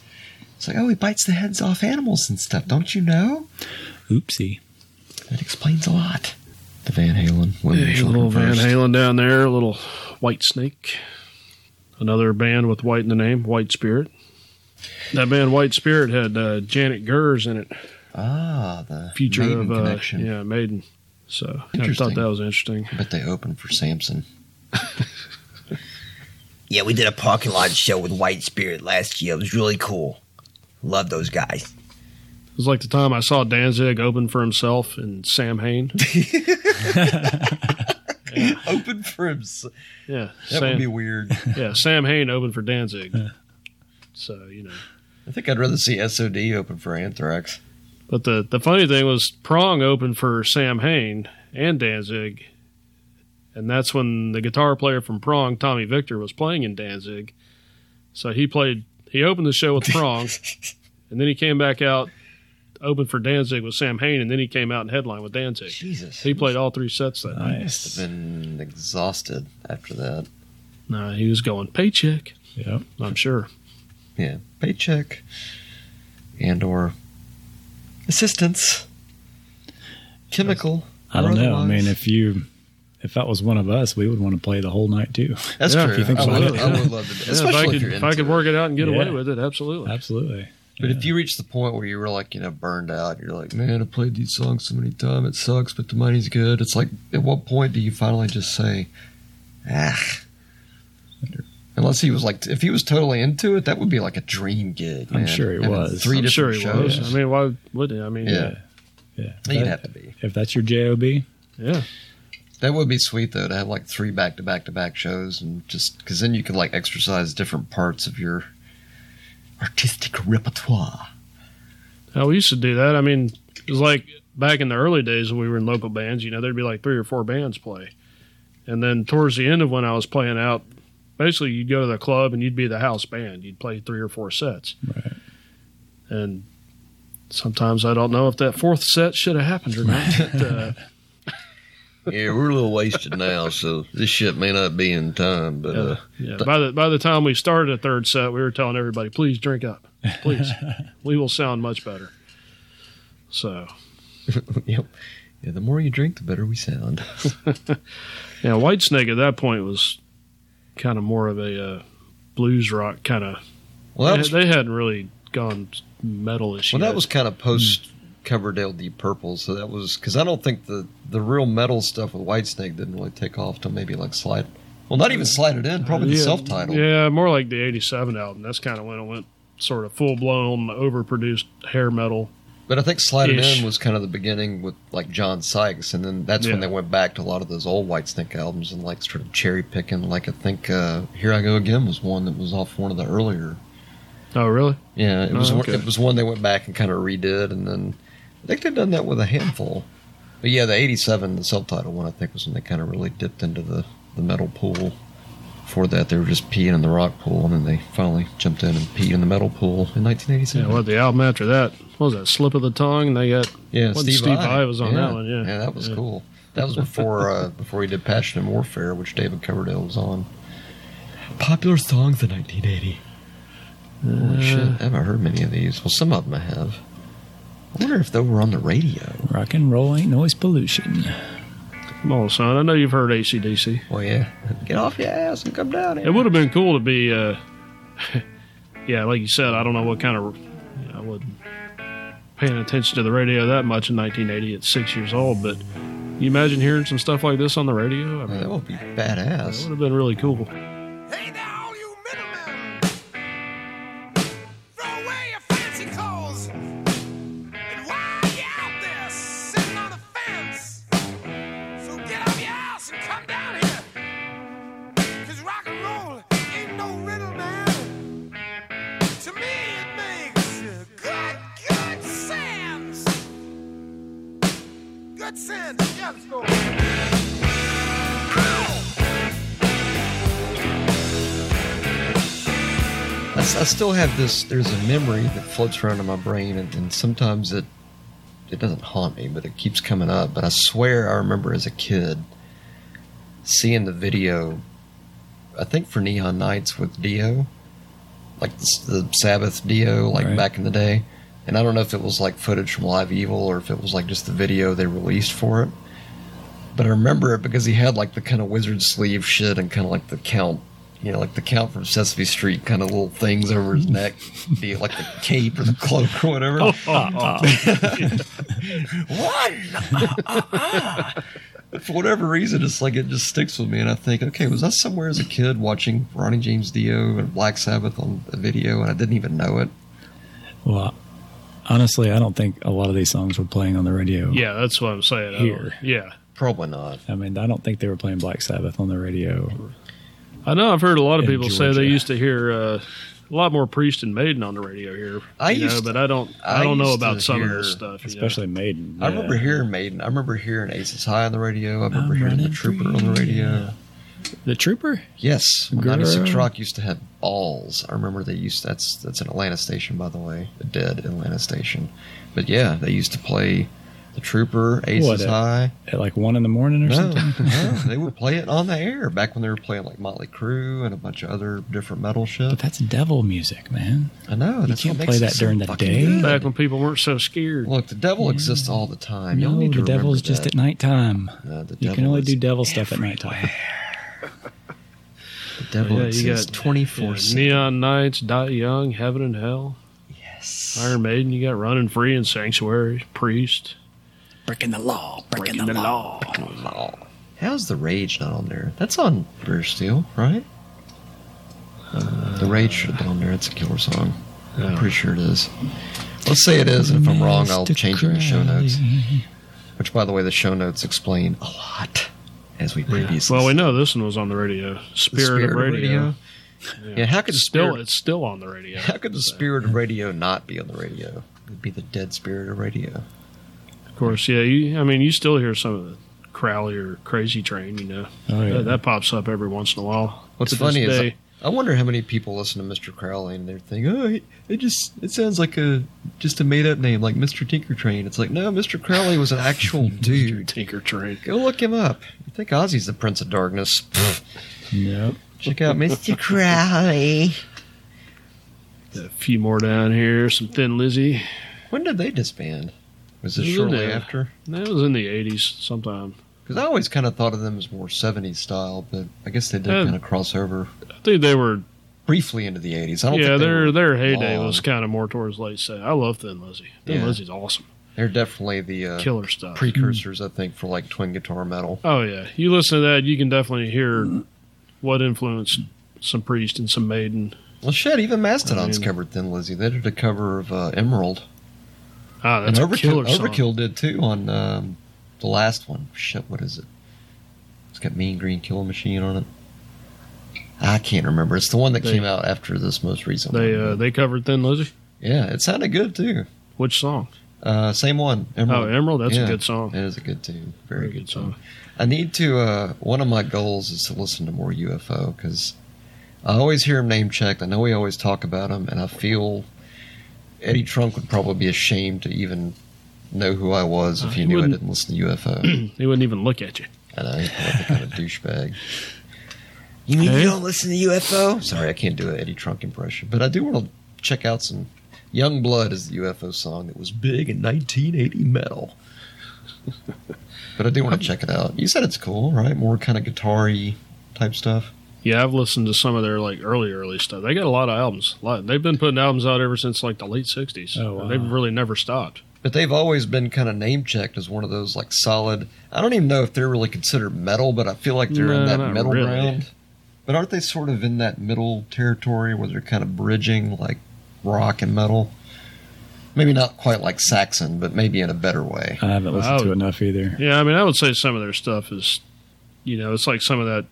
[SPEAKER 3] It's like, oh, he bites the heads off animals and stuff. Don't you know?
[SPEAKER 2] Oopsie.
[SPEAKER 3] That explains a lot. The Van Halen. women, children
[SPEAKER 4] little Van
[SPEAKER 3] first.
[SPEAKER 4] Halen down there, a little White Snake. Another band with white in the name, White Spirit. That band White Spirit had uh, Janet Gers in it.
[SPEAKER 3] Ah, the
[SPEAKER 4] Future
[SPEAKER 3] Maiden
[SPEAKER 4] of uh,
[SPEAKER 3] connection.
[SPEAKER 4] yeah, Maiden. So I
[SPEAKER 3] Interesting.
[SPEAKER 4] thought that was interesting.
[SPEAKER 3] I bet they opened for Samson.
[SPEAKER 7] Yeah, we did a parking lot show with White Spirit last year. It was really cool. Love those guys.
[SPEAKER 4] It was like the time I saw Danzig open for himself and Sam Hain.
[SPEAKER 3] Open for himself.
[SPEAKER 4] Yeah,
[SPEAKER 3] That would
[SPEAKER 4] Sam,
[SPEAKER 3] be weird.
[SPEAKER 4] yeah, Sam Hain opened for Danzig. so you know,
[SPEAKER 3] I think I'd rather see SOD open for Anthrax.
[SPEAKER 4] but the the funny thing was Prong opened for Sam Hain and Danzig, and that's when the guitar player from Prong, Tommy Victor, was playing in Danzig. So he played. He opened the show with Prong, and then he came back out, opened for Danzig with Sam Hain, and then he came out and headlined with Danzig.
[SPEAKER 3] Jesus.
[SPEAKER 4] He played all three sets that night.
[SPEAKER 2] Nice.
[SPEAKER 3] Been exhausted after that.
[SPEAKER 4] No, he was going paycheck.
[SPEAKER 2] Yep.
[SPEAKER 4] I'm sure.
[SPEAKER 3] Yeah, paycheck and or assistance, chemical.
[SPEAKER 2] I
[SPEAKER 3] or
[SPEAKER 2] don't know. I
[SPEAKER 3] otherwise.
[SPEAKER 2] mean, if you, if that was one of us, we would want to play the whole night too.
[SPEAKER 3] that's
[SPEAKER 4] yeah,
[SPEAKER 3] true.
[SPEAKER 4] if you think
[SPEAKER 3] I,
[SPEAKER 2] about
[SPEAKER 3] would,
[SPEAKER 2] it.
[SPEAKER 3] I would love to, do-
[SPEAKER 4] Yeah,
[SPEAKER 3] especially
[SPEAKER 4] if I
[SPEAKER 3] if,
[SPEAKER 4] could,
[SPEAKER 3] you're
[SPEAKER 4] if
[SPEAKER 3] into
[SPEAKER 4] I could work
[SPEAKER 3] it.
[SPEAKER 4] it out and get away
[SPEAKER 2] Yeah.
[SPEAKER 4] with it, absolutely.
[SPEAKER 2] Absolutely.
[SPEAKER 3] But if you reach the point where you were like, you know, burned out, you're like, man, I played these songs so many times, it sucks, but the money's good. It's like, at what point do you finally just say, ah? Unless he was like, if he was totally into it, that would be like a dream gig.
[SPEAKER 2] I'm
[SPEAKER 3] man.
[SPEAKER 2] sure he
[SPEAKER 3] Having
[SPEAKER 2] was.
[SPEAKER 3] 3
[SPEAKER 4] I'm
[SPEAKER 3] different
[SPEAKER 4] sure he
[SPEAKER 3] shows.
[SPEAKER 4] was. I mean, why would he? I mean,
[SPEAKER 3] Yeah.
[SPEAKER 4] yeah.
[SPEAKER 2] Yeah.
[SPEAKER 3] You'd
[SPEAKER 2] That-
[SPEAKER 3] have to be.
[SPEAKER 2] If that's your job,
[SPEAKER 4] yeah.
[SPEAKER 3] That would be sweet though to have like three back to back to back shows and just because then you could like exercise different parts of your artistic repertoire.
[SPEAKER 4] Hell, we used to do that. I mean, it was like back in the early days when we were in local bands, you know, there'd be like three or four bands play. And then towards the end of when I was playing out, basically you'd go to the club and you'd be the house band. You'd play three or four sets.
[SPEAKER 2] Right.
[SPEAKER 4] And sometimes I don't know if that fourth set should have happened or not. but, uh,
[SPEAKER 3] yeah, we're a little wasted now, so this shit may not be in time. But
[SPEAKER 4] Uh,
[SPEAKER 3] uh,
[SPEAKER 4] yeah. By the by the time we started the third set, we were telling everybody, please drink up. Please. we will sound much better. So
[SPEAKER 3] yep. Yeah, the more you drink, the better we sound.
[SPEAKER 4] yeah, White Snake at that point was kind of more of a uh, blues rock kind of
[SPEAKER 3] Well, that was
[SPEAKER 4] they, they hadn't really gone metalish
[SPEAKER 3] well,
[SPEAKER 4] yet.
[SPEAKER 3] that was kind of post Coverdale Deep Purple, so that was because I don't think the the real metal stuff with Whitesnake didn't really take off till maybe like Slide. Well, not even Slide It In, probably the
[SPEAKER 4] Yeah,
[SPEAKER 3] self-titled.
[SPEAKER 4] Yeah, more like the '87 album. That's kind of when it went sort of full blown, overproduced hair metal.
[SPEAKER 3] But I think Slide It
[SPEAKER 4] Ish.
[SPEAKER 3] In was kind of the beginning with like John Sykes, and then that's when
[SPEAKER 4] Yeah.
[SPEAKER 3] they went back to a lot of those old Whitesnake albums and like sort of cherry picking. Like I think uh, Here I Go Again was one that was off one of the earlier.
[SPEAKER 4] Oh, really?
[SPEAKER 3] Yeah, it was
[SPEAKER 4] Oh,
[SPEAKER 3] one
[SPEAKER 4] okay.
[SPEAKER 3] it was one they went back and kind of redid, and then I think they've done that with a handful. But yeah, the '87, the subtitle one, I think was when they kind of really dipped into the the metal pool. Before that, they were just peeing in the rock pool, and then they finally jumped in and peed in the metal pool in 1987.
[SPEAKER 4] Yeah. What the album after that? What was that? Slip of the tongue. And they got
[SPEAKER 3] Yeah,
[SPEAKER 4] Wasn't Steve
[SPEAKER 3] Vai.
[SPEAKER 4] Vai was on that one, yeah.
[SPEAKER 3] yeah, that was
[SPEAKER 4] Yeah.
[SPEAKER 3] cool. That was before uh, before he did Passion and Warfare, which David Coverdale was on. Popular songs of 1980.
[SPEAKER 4] Uh,
[SPEAKER 3] Holy shit, I haven't heard many of these. Well, some of them I have. I wonder if they were on the radio.
[SPEAKER 2] Rock and roll ain't noise pollution.
[SPEAKER 4] come on, son. I know you've heard ACDC.
[SPEAKER 3] Well, Oh, yeah, get off your ass and come down
[SPEAKER 4] It
[SPEAKER 3] here.
[SPEAKER 4] would have been cool to be. Uh, yeah, like you said, I don't know what kind of. You know, I wasn't paying attention to the radio that much in 1980 at six years old, but you imagine hearing some stuff like this on the radio. I mean,
[SPEAKER 3] That would be
[SPEAKER 4] that would
[SPEAKER 3] badass.
[SPEAKER 4] have been really cool.
[SPEAKER 8] Hey there, all you middlemen! Throw away your fancy clothes! And while you're out there sitting on the fence, so get off your ass and come down here! Cause rock and roll ain't no riddle, man! To me, it makes good, good sense! Good sense, yeah, let's go! Cool.
[SPEAKER 3] I, s- I still have this. There's a memory that floats around in my brain, and, and sometimes it it doesn't haunt me, but it keeps coming up. But I swear I remember as a kid seeing the video. I think for Neon Nights with Dio, like the, s- the Sabbath Dio, like
[SPEAKER 2] Right.
[SPEAKER 3] back in the day. And I don't know if it was like footage from Live Evil or if it was like just the video they released for it. But I remember it because he had like the kind of wizard sleeve shit and kind of like the count, you know, like the count from Sesame Street kind of little things over his neck, be it like the cape or the cloak or whatever. for whatever reason, it's like it just sticks with me, and I think, okay, was I somewhere as a kid watching Ronnie James Dio and Black Sabbath on a video, and I didn't even know it?
[SPEAKER 2] Well, honestly, I don't think a lot of these songs were playing on the radio.
[SPEAKER 4] Yeah, that's what I'm saying. I don't-
[SPEAKER 2] Here.
[SPEAKER 4] Yeah.
[SPEAKER 3] Probably not.
[SPEAKER 2] I mean, I don't think they were playing Black Sabbath on the radio.
[SPEAKER 4] I know I've heard a lot of
[SPEAKER 2] in
[SPEAKER 4] people say they
[SPEAKER 2] Georgia.
[SPEAKER 4] used to hear uh, a lot more Priest and Maiden on the radio here.
[SPEAKER 3] I
[SPEAKER 4] you know,
[SPEAKER 3] used-
[SPEAKER 4] but I don't I,
[SPEAKER 3] I
[SPEAKER 4] don't know
[SPEAKER 3] used
[SPEAKER 4] about
[SPEAKER 3] to
[SPEAKER 4] some of
[SPEAKER 3] hear-
[SPEAKER 4] this stuff, you know.
[SPEAKER 2] Especially Maiden.
[SPEAKER 3] I
[SPEAKER 2] yeah.
[SPEAKER 3] remember hearing Maiden. I remember hearing Aces High on the radio. I remember
[SPEAKER 2] I'm
[SPEAKER 3] hearing The
[SPEAKER 2] running
[SPEAKER 3] Trooper
[SPEAKER 2] free,
[SPEAKER 3] on the radio.
[SPEAKER 2] yeah. the Trooper.
[SPEAKER 3] Yes,
[SPEAKER 2] Girl.
[SPEAKER 3] 96 Rock used to have balls. I remember they used that's that's an Atlanta station, by the way, a dead Atlanta station. But yeah, they used to play The Trooper, Aces
[SPEAKER 2] What a-
[SPEAKER 3] High.
[SPEAKER 2] at like one in the morning or
[SPEAKER 3] No,
[SPEAKER 2] something.
[SPEAKER 3] no, they would play it on the air back when they were playing like Motley Crue and a bunch of other different metal
[SPEAKER 2] But
[SPEAKER 3] shit.
[SPEAKER 2] that's devil music, man.
[SPEAKER 3] I know.
[SPEAKER 2] You
[SPEAKER 3] that's what
[SPEAKER 2] can't
[SPEAKER 3] makes
[SPEAKER 2] play
[SPEAKER 3] it
[SPEAKER 2] that
[SPEAKER 3] so
[SPEAKER 2] during the
[SPEAKER 3] fucking
[SPEAKER 2] day.
[SPEAKER 3] good.
[SPEAKER 4] Back when people weren't so scared.
[SPEAKER 3] Look, the devil exists all the time. Y'all
[SPEAKER 2] no,
[SPEAKER 3] need to
[SPEAKER 2] the
[SPEAKER 3] remember
[SPEAKER 2] devil's
[SPEAKER 3] that.
[SPEAKER 2] just at nighttime.
[SPEAKER 3] No, the
[SPEAKER 2] You
[SPEAKER 3] devil
[SPEAKER 2] can only
[SPEAKER 3] is-
[SPEAKER 2] do devil stuff at nighttime.
[SPEAKER 3] The devil
[SPEAKER 4] yeah, you
[SPEAKER 3] exists
[SPEAKER 4] got
[SPEAKER 3] twenty four
[SPEAKER 4] yeah,
[SPEAKER 3] seven.
[SPEAKER 4] Neon Knights, Die Young, Heaven and Hell. Yes. Iron Maiden, you got Running Free and Sanctuary, Priest.
[SPEAKER 2] Breaking the law, breaking, the, law.
[SPEAKER 3] How's the rage not on there? That's on British Steel, right? Uh, the rage should have been on there. It's a killer song. I'm pretty sure it is. Let's say it is, and if I'm wrong, I'll
[SPEAKER 2] Mr.
[SPEAKER 3] change it in the show notes.
[SPEAKER 2] Crowley.
[SPEAKER 3] Which, by the way, the show notes explain a lot, as we previously.
[SPEAKER 4] Well, we
[SPEAKER 3] said.
[SPEAKER 4] know this one was on the radio.
[SPEAKER 3] The
[SPEAKER 4] Spirit, of Radio.
[SPEAKER 3] Yeah. how could the
[SPEAKER 4] Still,
[SPEAKER 3] spirit,
[SPEAKER 4] it's still on the radio.
[SPEAKER 3] how could the spirit of radio not be on the radio? It'd be the dead spirit of radio.
[SPEAKER 4] Of course, yeah. You, I mean, you still hear some of the Crowley or Crazy Train, you know.
[SPEAKER 2] Oh, yeah.
[SPEAKER 4] that, that pops up every once in a while.
[SPEAKER 3] What's
[SPEAKER 4] To this
[SPEAKER 3] funny is
[SPEAKER 4] day.
[SPEAKER 3] I, I wonder how many people listen to Mr. Crowley and they're thinking, oh, he- it just it sounds like a just a made up name like Mr. Tinker Train. It's like no, Mr. Crowley was an actual dude.
[SPEAKER 4] Tinker Train.
[SPEAKER 3] Go look him up. You think Ozzy's the Prince of Darkness? Pfft.
[SPEAKER 2] Yep.
[SPEAKER 3] Check out Mr.
[SPEAKER 7] Mr. Crowley.
[SPEAKER 4] A few more down here. Some Thin Lizzy.
[SPEAKER 3] When did they disband? Was this
[SPEAKER 4] It was
[SPEAKER 3] shortly
[SPEAKER 4] in the-
[SPEAKER 3] after?
[SPEAKER 4] That was in the eighties sometime.
[SPEAKER 3] Because I always kind of thought of them as more '70s style, but I guess they did
[SPEAKER 4] Uh,
[SPEAKER 3] kind of cross over
[SPEAKER 4] I think they were
[SPEAKER 3] briefly into the '80s. I don't.
[SPEAKER 4] yeah,
[SPEAKER 3] think they
[SPEAKER 4] their
[SPEAKER 3] were
[SPEAKER 4] their heyday
[SPEAKER 3] long.
[SPEAKER 4] was kind of more towards late set. I love Thin Lizzy. Thin
[SPEAKER 3] Yeah.
[SPEAKER 4] Lizzy's awesome.
[SPEAKER 3] They're definitely the uh,
[SPEAKER 4] Killer stuff.
[SPEAKER 3] precursors, I think, for like twin guitar metal.
[SPEAKER 4] oh yeah. You listen to that, you can definitely hear what influenced some priest and some maiden.
[SPEAKER 3] Well, shit, even Mastodon's
[SPEAKER 4] I mean-
[SPEAKER 3] covered Thin Lizzy. They did a cover of uh, Emerald.
[SPEAKER 4] Ah, that's
[SPEAKER 3] and
[SPEAKER 4] a killer
[SPEAKER 3] Overkill,
[SPEAKER 4] song.
[SPEAKER 3] Overkill did too on um, the last one. Shit, what is it? It's got Mean Green Killer Machine on it. I can't remember. It's the one that
[SPEAKER 4] They-
[SPEAKER 3] came out after this most recent
[SPEAKER 4] They
[SPEAKER 3] one.
[SPEAKER 4] uh, they covered Thin Lizzy.
[SPEAKER 3] yeah, it sounded good too.
[SPEAKER 4] Which song?
[SPEAKER 3] Uh, same one.
[SPEAKER 4] Oh, Emerald. That's
[SPEAKER 3] Yeah,
[SPEAKER 4] a good song.
[SPEAKER 3] It is a good tune. Very,
[SPEAKER 4] Very
[SPEAKER 3] good,
[SPEAKER 4] good
[SPEAKER 3] tune. I need to. Uh, one of my goals is to listen to more UFO because I always hear him name checked. I know we always talk about him, and I feel Eddie Trunk would probably be ashamed to even know who I was if
[SPEAKER 4] Uh,
[SPEAKER 3] he,
[SPEAKER 4] he
[SPEAKER 3] knew I
[SPEAKER 4] wouldn't-
[SPEAKER 3] didn't listen to UFO.
[SPEAKER 4] They wouldn't even look at you.
[SPEAKER 3] and I like a kind of douchebag.
[SPEAKER 7] You mean
[SPEAKER 4] Hey.
[SPEAKER 7] you don't listen to UFO?
[SPEAKER 3] Sorry, I can't do an Eddie Trunk impression, but I do want to check out some. Young Blood is the UFO song that was big in 1980 metal. but I do want to check it out. You said it's cool, right? More kind of guitar y type stuff.
[SPEAKER 4] Yeah, I've listened to some of their like early, early stuff. They got a lot of albums. A lot. They've been putting albums out ever since like the late '60s.
[SPEAKER 2] Oh, wow.
[SPEAKER 4] They've really never stopped.
[SPEAKER 3] But they've always been kind of name checked as one of those like solid. I don't even know if they're really considered metal, but I feel like they're in
[SPEAKER 4] No,
[SPEAKER 3] that
[SPEAKER 4] not
[SPEAKER 3] metal
[SPEAKER 4] really.
[SPEAKER 3] ground. But aren't they sort of in that middle territory where they're kind of bridging like rock and metal? Maybe not quite like Saxon, but maybe in a better way.
[SPEAKER 2] I haven't listened to
[SPEAKER 4] Wow.
[SPEAKER 2] enough either.
[SPEAKER 4] Yeah, I mean, I would say some of their stuff is, you know, it's like some of that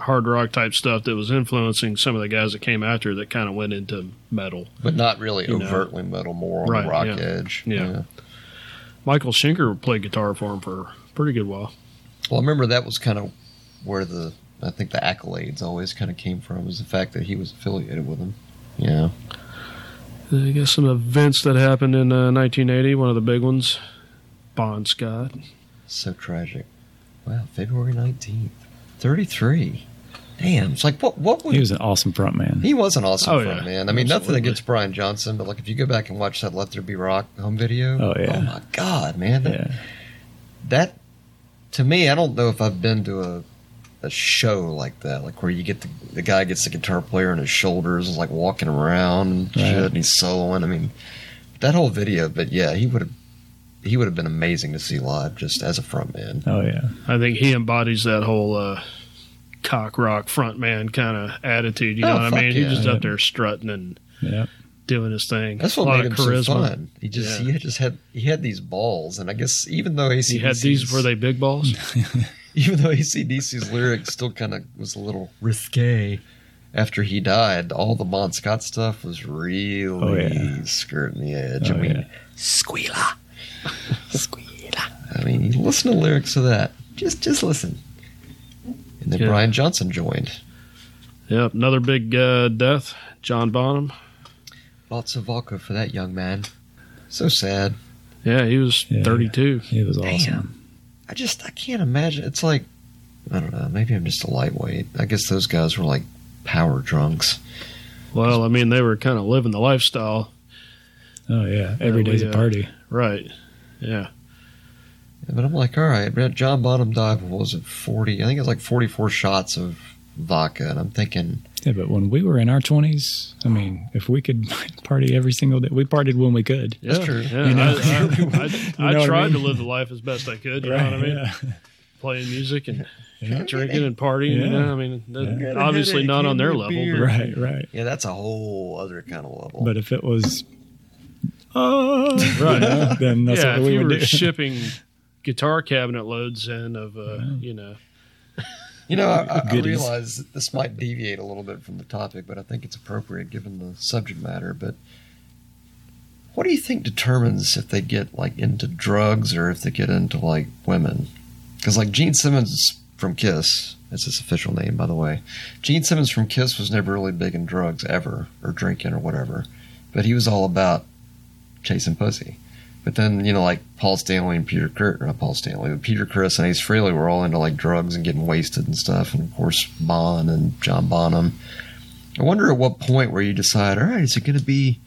[SPEAKER 4] hard rock type stuff that was influencing some of the guys that came after that kind of went into metal.
[SPEAKER 3] But not really
[SPEAKER 4] You know.
[SPEAKER 3] overtly metal, more on
[SPEAKER 4] Right,
[SPEAKER 3] the rock
[SPEAKER 4] yeah.
[SPEAKER 3] edge.
[SPEAKER 4] Yeah. Michael Schenker played guitar for him for a pretty good while.
[SPEAKER 3] Well, I remember that was kind of where the I think the accolades always kind of came from was the fact that he was affiliated with them. Yeah.
[SPEAKER 4] I guess some events that happened in uh, 1980, one of the big ones, Bon Scott.
[SPEAKER 3] So tragic. Wow, February 19th. 33. Damn. It's like, what, what would.
[SPEAKER 2] He was an awesome front man.
[SPEAKER 3] He was an awesome
[SPEAKER 4] Oh,
[SPEAKER 3] front
[SPEAKER 4] yeah.
[SPEAKER 3] man. I mean, nothing
[SPEAKER 4] Absolutely.
[SPEAKER 3] against Brian Johnson, but like if you go back and watch that "Let There Be Rock" home video,
[SPEAKER 2] Oh, yeah.
[SPEAKER 3] oh my god, man, that,
[SPEAKER 2] Yeah.
[SPEAKER 3] that to me, I don't know if I've been to a a show like that, like where you get the the guy gets the guitar player on his shoulders and is like walking around and shit,
[SPEAKER 2] Right.
[SPEAKER 3] and he's soloing. I mean, that whole video. But yeah, he would have he would have been amazing to see live just as a frontman.
[SPEAKER 2] Oh yeah.
[SPEAKER 4] I think he embodies that whole uh, cock rock front man kind of attitude. You
[SPEAKER 3] Oh,
[SPEAKER 4] know what
[SPEAKER 3] fuck
[SPEAKER 4] I mean? He's
[SPEAKER 3] yeah.
[SPEAKER 4] just up there strutting and
[SPEAKER 2] Yeah.
[SPEAKER 4] doing his thing.
[SPEAKER 3] That's
[SPEAKER 4] a
[SPEAKER 3] what
[SPEAKER 4] lot
[SPEAKER 3] made him
[SPEAKER 4] of charisma.
[SPEAKER 3] so fun. He just
[SPEAKER 4] Yeah.
[SPEAKER 3] he just had he had these balls, and I guess even though ACDC's,
[SPEAKER 4] He had these were they big balls?
[SPEAKER 3] even though ACDC's lyrics still kind of was a little risque after he died, all the Bon Scott stuff was really
[SPEAKER 2] Oh, yeah.
[SPEAKER 3] skirting the edge.
[SPEAKER 2] Oh,
[SPEAKER 3] I mean,
[SPEAKER 2] yeah.
[SPEAKER 7] Squealer.
[SPEAKER 3] I mean, you listen to lyrics of that. Just just listen. And then
[SPEAKER 4] Yeah.
[SPEAKER 3] Brian Johnson joined.
[SPEAKER 4] Yep, another big uh, death, John Bonham.
[SPEAKER 3] Lots of vodka for that young man. So sad.
[SPEAKER 4] Yeah, he was
[SPEAKER 2] Yeah.
[SPEAKER 4] 32.
[SPEAKER 2] He was
[SPEAKER 3] Damn.
[SPEAKER 2] awesome.
[SPEAKER 3] I just I can't imagine. It's like I don't know. Maybe I'm just a lightweight. I guess those guys were like power drunks.
[SPEAKER 4] Well, I mean, they were kind of living the lifestyle,
[SPEAKER 2] Oh yeah. Every
[SPEAKER 4] Yeah,
[SPEAKER 2] day's
[SPEAKER 4] we,
[SPEAKER 2] a
[SPEAKER 4] uh,
[SPEAKER 2] party.
[SPEAKER 4] right? Yeah,
[SPEAKER 3] But I'm like, all right. man, John Bonham died. What was it? Forty. I think it was like 44 shots of vodka. And I'm thinking,
[SPEAKER 2] Yeah, but when we were in our twenties, I mean, if we could party every single day, we partied when we could.
[SPEAKER 3] That's
[SPEAKER 4] Yeah,
[SPEAKER 3] true.
[SPEAKER 4] Yeah,
[SPEAKER 2] You know?
[SPEAKER 4] I, I, I,
[SPEAKER 2] You know what I
[SPEAKER 4] I tried to
[SPEAKER 2] mean?
[SPEAKER 4] live the life as best I could. You know what I mean?
[SPEAKER 2] Yeah.
[SPEAKER 4] Playing music and drinking and partying. You
[SPEAKER 2] Yeah.
[SPEAKER 4] know, I mean, that-
[SPEAKER 2] Yeah.
[SPEAKER 4] obviously not on their
[SPEAKER 3] Give me a
[SPEAKER 4] level.
[SPEAKER 3] beer.
[SPEAKER 2] Right. Right.
[SPEAKER 3] yeah, that's a whole other kind of level.
[SPEAKER 2] But if it was, oh,
[SPEAKER 4] But, right?
[SPEAKER 2] yeah, then that's
[SPEAKER 4] yeah,
[SPEAKER 2] what
[SPEAKER 4] if
[SPEAKER 2] we
[SPEAKER 4] you
[SPEAKER 2] would
[SPEAKER 4] were
[SPEAKER 2] do.
[SPEAKER 4] shipping guitar cabinet loads in of, uh, you know,
[SPEAKER 3] You know, I, I
[SPEAKER 2] Goodies.
[SPEAKER 3] realize that this might deviate a little bit from the topic, but I think it's appropriate given the subject matter. But what do you think determines if they get like into drugs or if they get into like women? Because like Gene Simmons from Kiss, That's his official name, by the way. Gene Simmons from Kiss was never really big in drugs, ever, or drinking or whatever. But he was all about chasing pussy. But then, you know, like Paul Stanley and Peter Chris, not Paul Stanley, but Peter Chris and Ace Frehley were all into like drugs and getting wasted and stuff. And of course, Bond and John Bonham. I wonder at what point where you decide, all right, is it going to be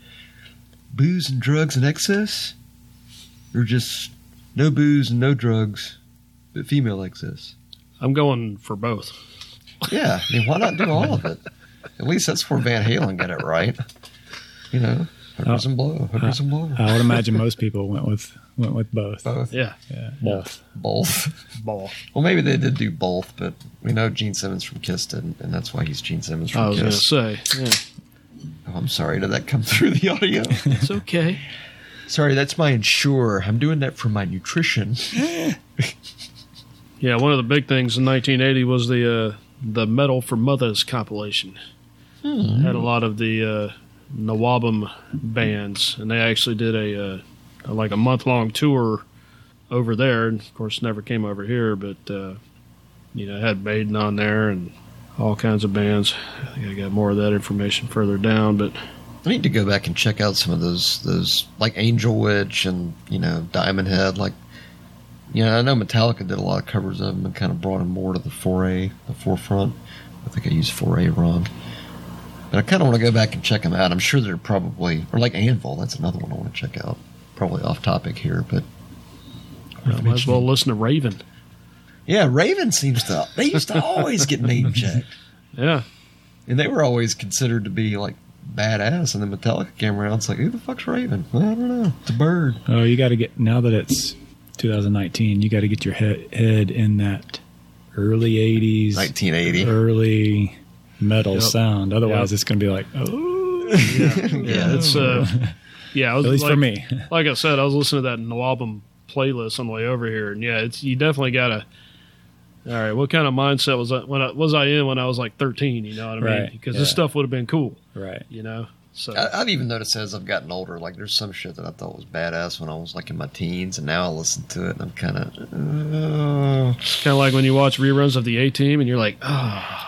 [SPEAKER 3] booze and drugs and excess? Or just no booze and no drugs, but female excess?
[SPEAKER 4] I'm going for both.
[SPEAKER 3] Yeah, I mean, why not do all of it? At least that's where Van Halen got it right. You know, hookers and blow, hookers and blow.
[SPEAKER 2] I would imagine most people went with went with both.
[SPEAKER 3] Both.
[SPEAKER 4] Yeah.
[SPEAKER 2] Yeah.
[SPEAKER 3] Both. Both. Well, maybe they did do both, but we know Gene Simmons from Kiss didn't, and that's why he's Gene Simmons
[SPEAKER 4] I
[SPEAKER 3] from
[SPEAKER 4] was
[SPEAKER 3] Kiss.
[SPEAKER 4] gonna say. Yeah.
[SPEAKER 3] Oh, I'm sorry. Did that come through the audio?
[SPEAKER 4] It's okay.
[SPEAKER 3] sorry, that's my insure. I'm doing that for my nutrition.
[SPEAKER 4] Yeah, one of the big things in 1980 was the uh, the Metal for Mothers compilation.
[SPEAKER 2] Hmm.
[SPEAKER 4] Had a lot of the uh, Nawabum bands, and they actually did a, uh, a like a month long tour over there. And of course, never came over here, but uh, you know, had Maiden on there and all kinds of bands. I think I got more of that information further down, but
[SPEAKER 3] I need to go back and check out some of those those like Angel Witch and you know Diamond Head. Like, you know, I know Metallica did a lot of covers of them and kind of brought them more to the foray, the forefront. I think I used foray wrong, but I kind of want to go back and check them out. I'm sure they're probably or like Anvil. That's another one I want to check out. Probably off topic here, but
[SPEAKER 4] I uh, might as well listen to Raven.
[SPEAKER 3] yeah, Raven seems to they used to always get name checked.
[SPEAKER 4] Yeah,
[SPEAKER 3] And they were always considered to be like badass, and then Metallica came around. It's like, who the fuck's Raven? I don't know. It's a bird.
[SPEAKER 2] Oh, you got to get now that it's 2019. You got to get your head, head in that early 80s,
[SPEAKER 3] 1980.
[SPEAKER 2] early metal
[SPEAKER 4] Yep.
[SPEAKER 2] sound. Otherwise,
[SPEAKER 4] Yep.
[SPEAKER 2] it's going to be like, oh,
[SPEAKER 4] yeah, it's uh, yeah. I was
[SPEAKER 2] at least for
[SPEAKER 4] like-
[SPEAKER 2] me.
[SPEAKER 4] like I said, I was listening to that Nawabum playlist on the way over here, and yeah, it's you definitely gotta. All right, what kind of mindset was I when I was I in when I was like thirteen? You know what I mean?
[SPEAKER 2] Right,
[SPEAKER 4] Because
[SPEAKER 2] yeah.
[SPEAKER 4] this stuff would have been cool,
[SPEAKER 2] right.
[SPEAKER 4] you know. So
[SPEAKER 5] Uh,
[SPEAKER 3] I, I've even noticed as I've gotten older, like there's some shit that I thought was badass when I was like in my teens, and now I listen to it and I'm kind of. Uh,
[SPEAKER 4] kind of like when you watch reruns of the A Team, and you're like, oh,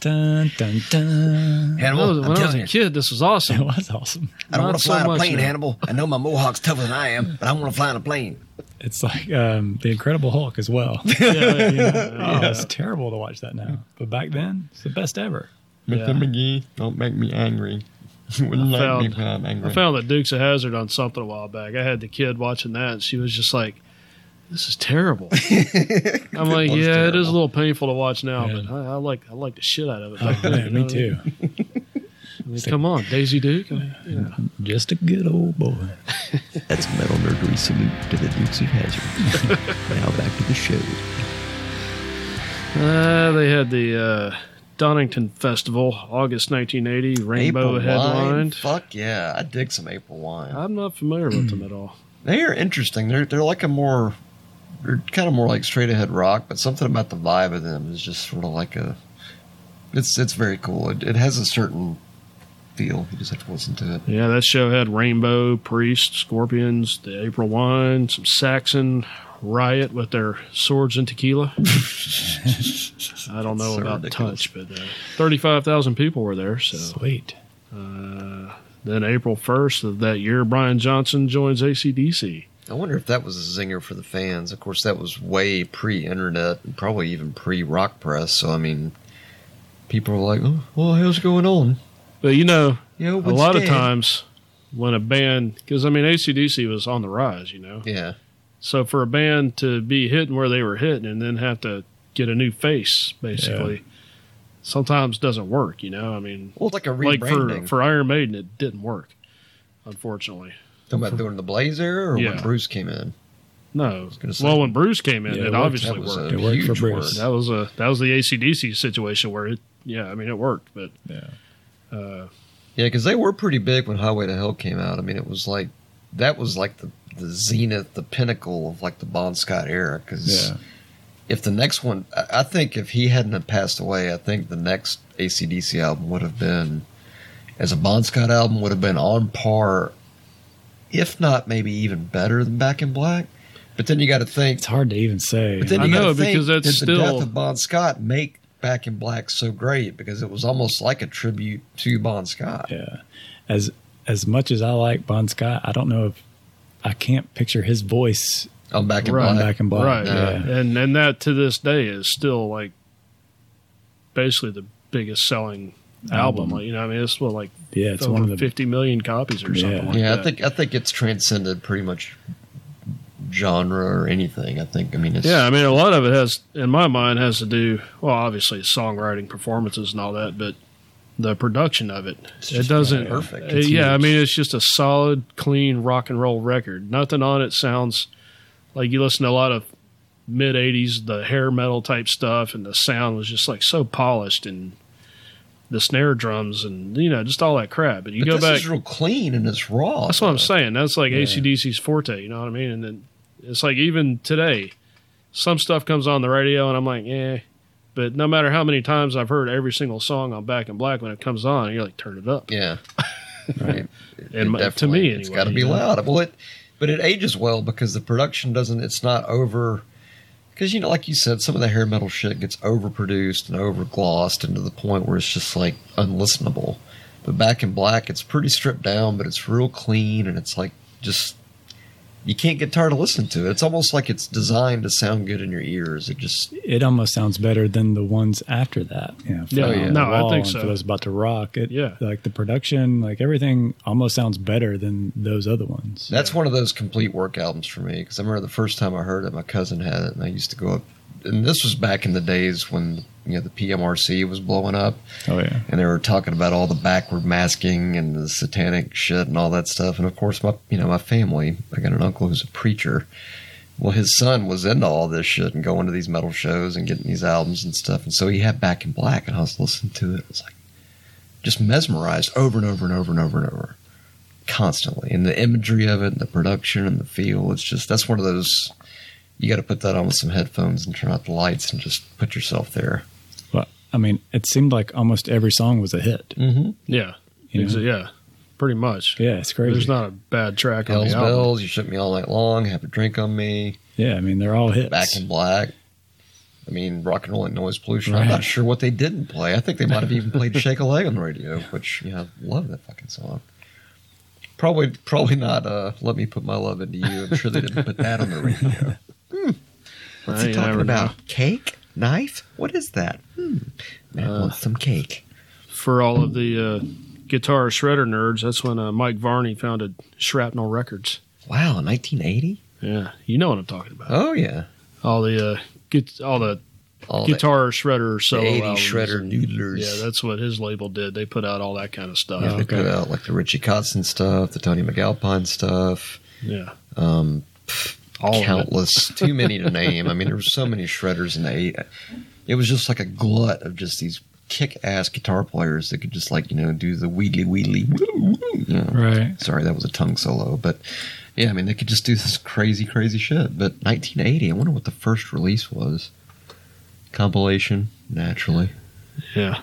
[SPEAKER 2] Dun, dun, dun.
[SPEAKER 4] when I was,
[SPEAKER 5] Hannibal, I'm
[SPEAKER 4] when I was
[SPEAKER 5] telling
[SPEAKER 4] a
[SPEAKER 5] you,
[SPEAKER 4] kid, this was awesome.
[SPEAKER 2] That was awesome.
[SPEAKER 5] I don't
[SPEAKER 4] Not
[SPEAKER 5] want to fly
[SPEAKER 4] so
[SPEAKER 5] on a
[SPEAKER 4] much
[SPEAKER 5] plane,
[SPEAKER 4] now.
[SPEAKER 5] Hannibal. I know my Mohawk's tougher than I am, but I want to fly on a plane.
[SPEAKER 2] It's like um, the Incredible Hulk as well. Oh, it's terrible to watch that now, but back then it's the best ever.
[SPEAKER 4] Yeah.
[SPEAKER 3] McGee, don't make me angry. Wouldn't
[SPEAKER 4] I
[SPEAKER 3] like me
[SPEAKER 4] found-
[SPEAKER 3] when I'm angry.
[SPEAKER 4] I found that Dukes of Hazard on something a while back. I had the kid watching that, and she was just like, "This is terrible." I'm like,
[SPEAKER 3] was
[SPEAKER 4] "Yeah, it is a
[SPEAKER 3] terrible.
[SPEAKER 4] little painful to watch now,
[SPEAKER 2] Yeah.
[SPEAKER 4] but I, I like I like the shit out of it."
[SPEAKER 2] Oh,
[SPEAKER 4] Back then,
[SPEAKER 2] yeah,
[SPEAKER 4] you know
[SPEAKER 2] me
[SPEAKER 4] what I mean?
[SPEAKER 2] too.
[SPEAKER 4] I mean, come on, Daisy Duke. I mean, you know.
[SPEAKER 2] Just a good old boy.
[SPEAKER 9] That's Metal Nerdery salute to the Dukes of Hazard. now back to the show.
[SPEAKER 4] Uh, they had the uh, Donington Festival, August 1980, Rainbow
[SPEAKER 3] wine.
[SPEAKER 4] headlined.
[SPEAKER 3] Fuck yeah. I dig some April wine.
[SPEAKER 4] I'm not familiar with them at all.
[SPEAKER 3] They are interesting. They're they're like a more they're kind of more like straight ahead rock, but something about the vibe of them is just sort of like a it's it's very cool. It, it has a certain feel. You just have to listen to it.
[SPEAKER 4] Yeah, that show had Rainbow, Priest, Scorpions, the April Wine, some Saxon Riot with their swords and tequila. I don't know
[SPEAKER 3] so
[SPEAKER 4] about
[SPEAKER 3] ridiculous.
[SPEAKER 4] touch, but uh, 35,000 people were there. So
[SPEAKER 2] Sweet.
[SPEAKER 4] uh, then April 1st of that year, Brian Johnson joins ACDC.
[SPEAKER 3] I wonder if that was a zinger for the fans. Of course, that was way pre-internet and probably even pre-rock press. So I mean, people were like, "Oh, well, how's going on?"
[SPEAKER 4] But you know,
[SPEAKER 3] You know,
[SPEAKER 4] a lot of times when a band, because I mean, ACDC was on the rise, you know.
[SPEAKER 3] Yeah,
[SPEAKER 4] So for a band to be hitting where they were hitting and then have to get a new face, basically, sometimes doesn't work. You know, I mean,
[SPEAKER 3] well, it's like a
[SPEAKER 4] like
[SPEAKER 3] rebranding.
[SPEAKER 4] for for Iron Maiden, it didn't work, unfortunately.
[SPEAKER 3] Talking about doing the Blazer or
[SPEAKER 4] Yeah.
[SPEAKER 3] when Bruce came in.
[SPEAKER 4] No.
[SPEAKER 3] gonna say-
[SPEAKER 4] Well, when Bruce came in,
[SPEAKER 2] Yeah, it
[SPEAKER 4] it
[SPEAKER 2] worked.
[SPEAKER 4] obviously
[SPEAKER 3] That was
[SPEAKER 4] worked.
[SPEAKER 3] a
[SPEAKER 2] It worked
[SPEAKER 3] huge
[SPEAKER 2] for Bruce.
[SPEAKER 3] word.
[SPEAKER 4] That was a that was the ACDC situation where it, yeah, I mean, it worked, but
[SPEAKER 2] Yeah.
[SPEAKER 4] uh,
[SPEAKER 3] Yeah, because they were pretty big when Highway to Hell came out. I mean, it was like that was like the the zenith, the pinnacle of like the Bon Scott era. Because
[SPEAKER 2] Yeah.
[SPEAKER 3] if the next one, I I think if he hadn't have passed away, I think the next ACDC album would have been, as a Bon Scott album, would have been on par, if not maybe even better than Back in Black. But But then you got to think.
[SPEAKER 2] It's hard to even say.
[SPEAKER 3] But then
[SPEAKER 4] I
[SPEAKER 3] you gotta
[SPEAKER 4] know,
[SPEAKER 3] think,
[SPEAKER 4] because that's
[SPEAKER 3] did the
[SPEAKER 4] still-
[SPEAKER 3] death of Bon Scott make Back in Black so great because it was almost like a tribute to Bon Scott.
[SPEAKER 2] yeah. As as much as I like Bon Scott, I don't know if I can't picture his voice
[SPEAKER 3] On Back in
[SPEAKER 2] on
[SPEAKER 3] Black.
[SPEAKER 2] Back and Black.
[SPEAKER 4] right.
[SPEAKER 2] Yeah.
[SPEAKER 4] And and that to this day is still like basically the biggest selling album.
[SPEAKER 2] Album.
[SPEAKER 4] Like, you know, I mean, it's what like
[SPEAKER 2] Yeah, it's
[SPEAKER 4] over
[SPEAKER 2] one of the
[SPEAKER 4] 50 million copies or something.
[SPEAKER 2] Yeah.
[SPEAKER 4] like
[SPEAKER 3] yeah,
[SPEAKER 4] that.
[SPEAKER 3] I think I think it's transcended pretty much genre or anything. I think. I mean, it's,
[SPEAKER 4] Yeah, I mean, a lot of it has, in my mind, has to do well, obviously songwriting, performances, and all that, but the production of it, it
[SPEAKER 3] just
[SPEAKER 4] doesn't.
[SPEAKER 3] perfect.
[SPEAKER 4] uh, yeah, I mean, it's just a solid, clean rock and roll record. Nothing on it sounds like you listen to a lot of mid '80s, the hair metal type stuff, and the sound was just like so polished and. The snare drums and you know just all that crap, but you
[SPEAKER 3] but
[SPEAKER 4] go
[SPEAKER 3] this
[SPEAKER 4] back.
[SPEAKER 3] is real clean and it's raw.
[SPEAKER 4] That's what I'm saying. That's like ACDC's forte. You know what I mean? And then it's like even today, some stuff comes on the radio and I'm like, eh. But no matter how many times I've heard every single song on Back in Black, when it comes on, you're like, turn it up.
[SPEAKER 3] Yeah. right.
[SPEAKER 4] And my- to
[SPEAKER 3] definitely-
[SPEAKER 4] me,
[SPEAKER 3] it's
[SPEAKER 4] anyway,
[SPEAKER 3] got to be
[SPEAKER 4] you know?
[SPEAKER 3] loud. Well, it, but it ages well because the production doesn't. It's not over. Because you know, like you said, some of the hair metal shit gets overproduced and overglossed, and to the point where it's just like unlistenable. But Back in Black, it's pretty stripped down, but it's real clean, and it's like just you can't get tired of listening to it. It's almost like it's designed to sound good in your ears. It just
[SPEAKER 2] It almost sounds better than the ones after that. You know,
[SPEAKER 4] Yeah,
[SPEAKER 2] Fell on
[SPEAKER 4] yeah.
[SPEAKER 2] the
[SPEAKER 4] No, I
[SPEAKER 2] Wall
[SPEAKER 4] think
[SPEAKER 2] and
[SPEAKER 4] so.
[SPEAKER 2] For those about to rock, it,
[SPEAKER 4] Yeah.
[SPEAKER 2] like the production, like everything, almost sounds better than those other ones.
[SPEAKER 3] That's one of those complete work albums for me because I remember the first time I heard it, my cousin had it, and I used to go up. And this was back in the days when you know the PMRC was blowing up,
[SPEAKER 2] oh yeah,
[SPEAKER 3] and they were talking about all the backward masking and the satanic shit and all that stuff. And of course, my you know my family, I got an uncle who's a preacher. Well, his son was into all this shit and going to these metal shows and getting these albums and stuff, and so he had Back in Black, and I was listening to it. It was like just mesmerized over and over and over and over and over constantly. And the imagery of it, and the production, and the feel. It's just that's one of those. You got to put that on with some headphones and turn out the lights and just put yourself there.
[SPEAKER 2] but I mean, it seemed like almost every song was a hit.
[SPEAKER 3] Mm-hmm.
[SPEAKER 4] Yeah.
[SPEAKER 2] You
[SPEAKER 4] Exa-
[SPEAKER 2] know?
[SPEAKER 4] yeah. Pretty much.
[SPEAKER 2] Yeah, it's crazy.
[SPEAKER 4] There's not a bad track on
[SPEAKER 3] Hell's
[SPEAKER 4] the album.
[SPEAKER 3] bells. You shook me all night long. Have a drink on me.
[SPEAKER 2] yeah, I mean, they're all hits.
[SPEAKER 3] Back in black. I mean, rock and roll and noise pollution. I'm
[SPEAKER 2] Right.
[SPEAKER 3] not sure what they didn't play. I think they might have even played "Shake a Leg" on the radio, which yeah, I love that fucking song. Probably, probably not. Uh, Let me put my love into you. I'm sure they didn't put that on the radio.
[SPEAKER 4] I ain't never know.
[SPEAKER 3] Cake, knife. What is that? Hmm. Matt
[SPEAKER 4] Uh,
[SPEAKER 3] wants some cake.
[SPEAKER 4] For all of the uh, guitar shredder nerds, that's when uh, Mike Varney founded Shrapnel Records.
[SPEAKER 3] Wow, 1980.
[SPEAKER 4] Yeah. You know what I'm talking about.
[SPEAKER 3] Oh yeah,
[SPEAKER 4] All the uh, get, all the
[SPEAKER 3] all the-
[SPEAKER 4] guitar shredder
[SPEAKER 3] the,
[SPEAKER 4] solo
[SPEAKER 3] 80s
[SPEAKER 4] albums.
[SPEAKER 3] shredder noodlers.
[SPEAKER 4] Yeah, that's what his label did. They put out all that kind of stuff.
[SPEAKER 3] Yeah,
[SPEAKER 4] Yeah,
[SPEAKER 3] they put out like the Richie Kotzen stuff, the Tony McAlpine stuff. Um, pff,
[SPEAKER 4] All of
[SPEAKER 3] countless, too many to name. I mean, there were so many shredders in the eight. It was just like a glut of just these kick-ass guitar players that could just like you know do the wheedly wheedly. woo, woo, You know.
[SPEAKER 2] right.
[SPEAKER 3] Sorry, that was a tongue solo, but yeah, I mean they could just do this crazy, crazy shit. But 1980, I wonder what the first release was. Compilation, naturally.
[SPEAKER 4] Yeah.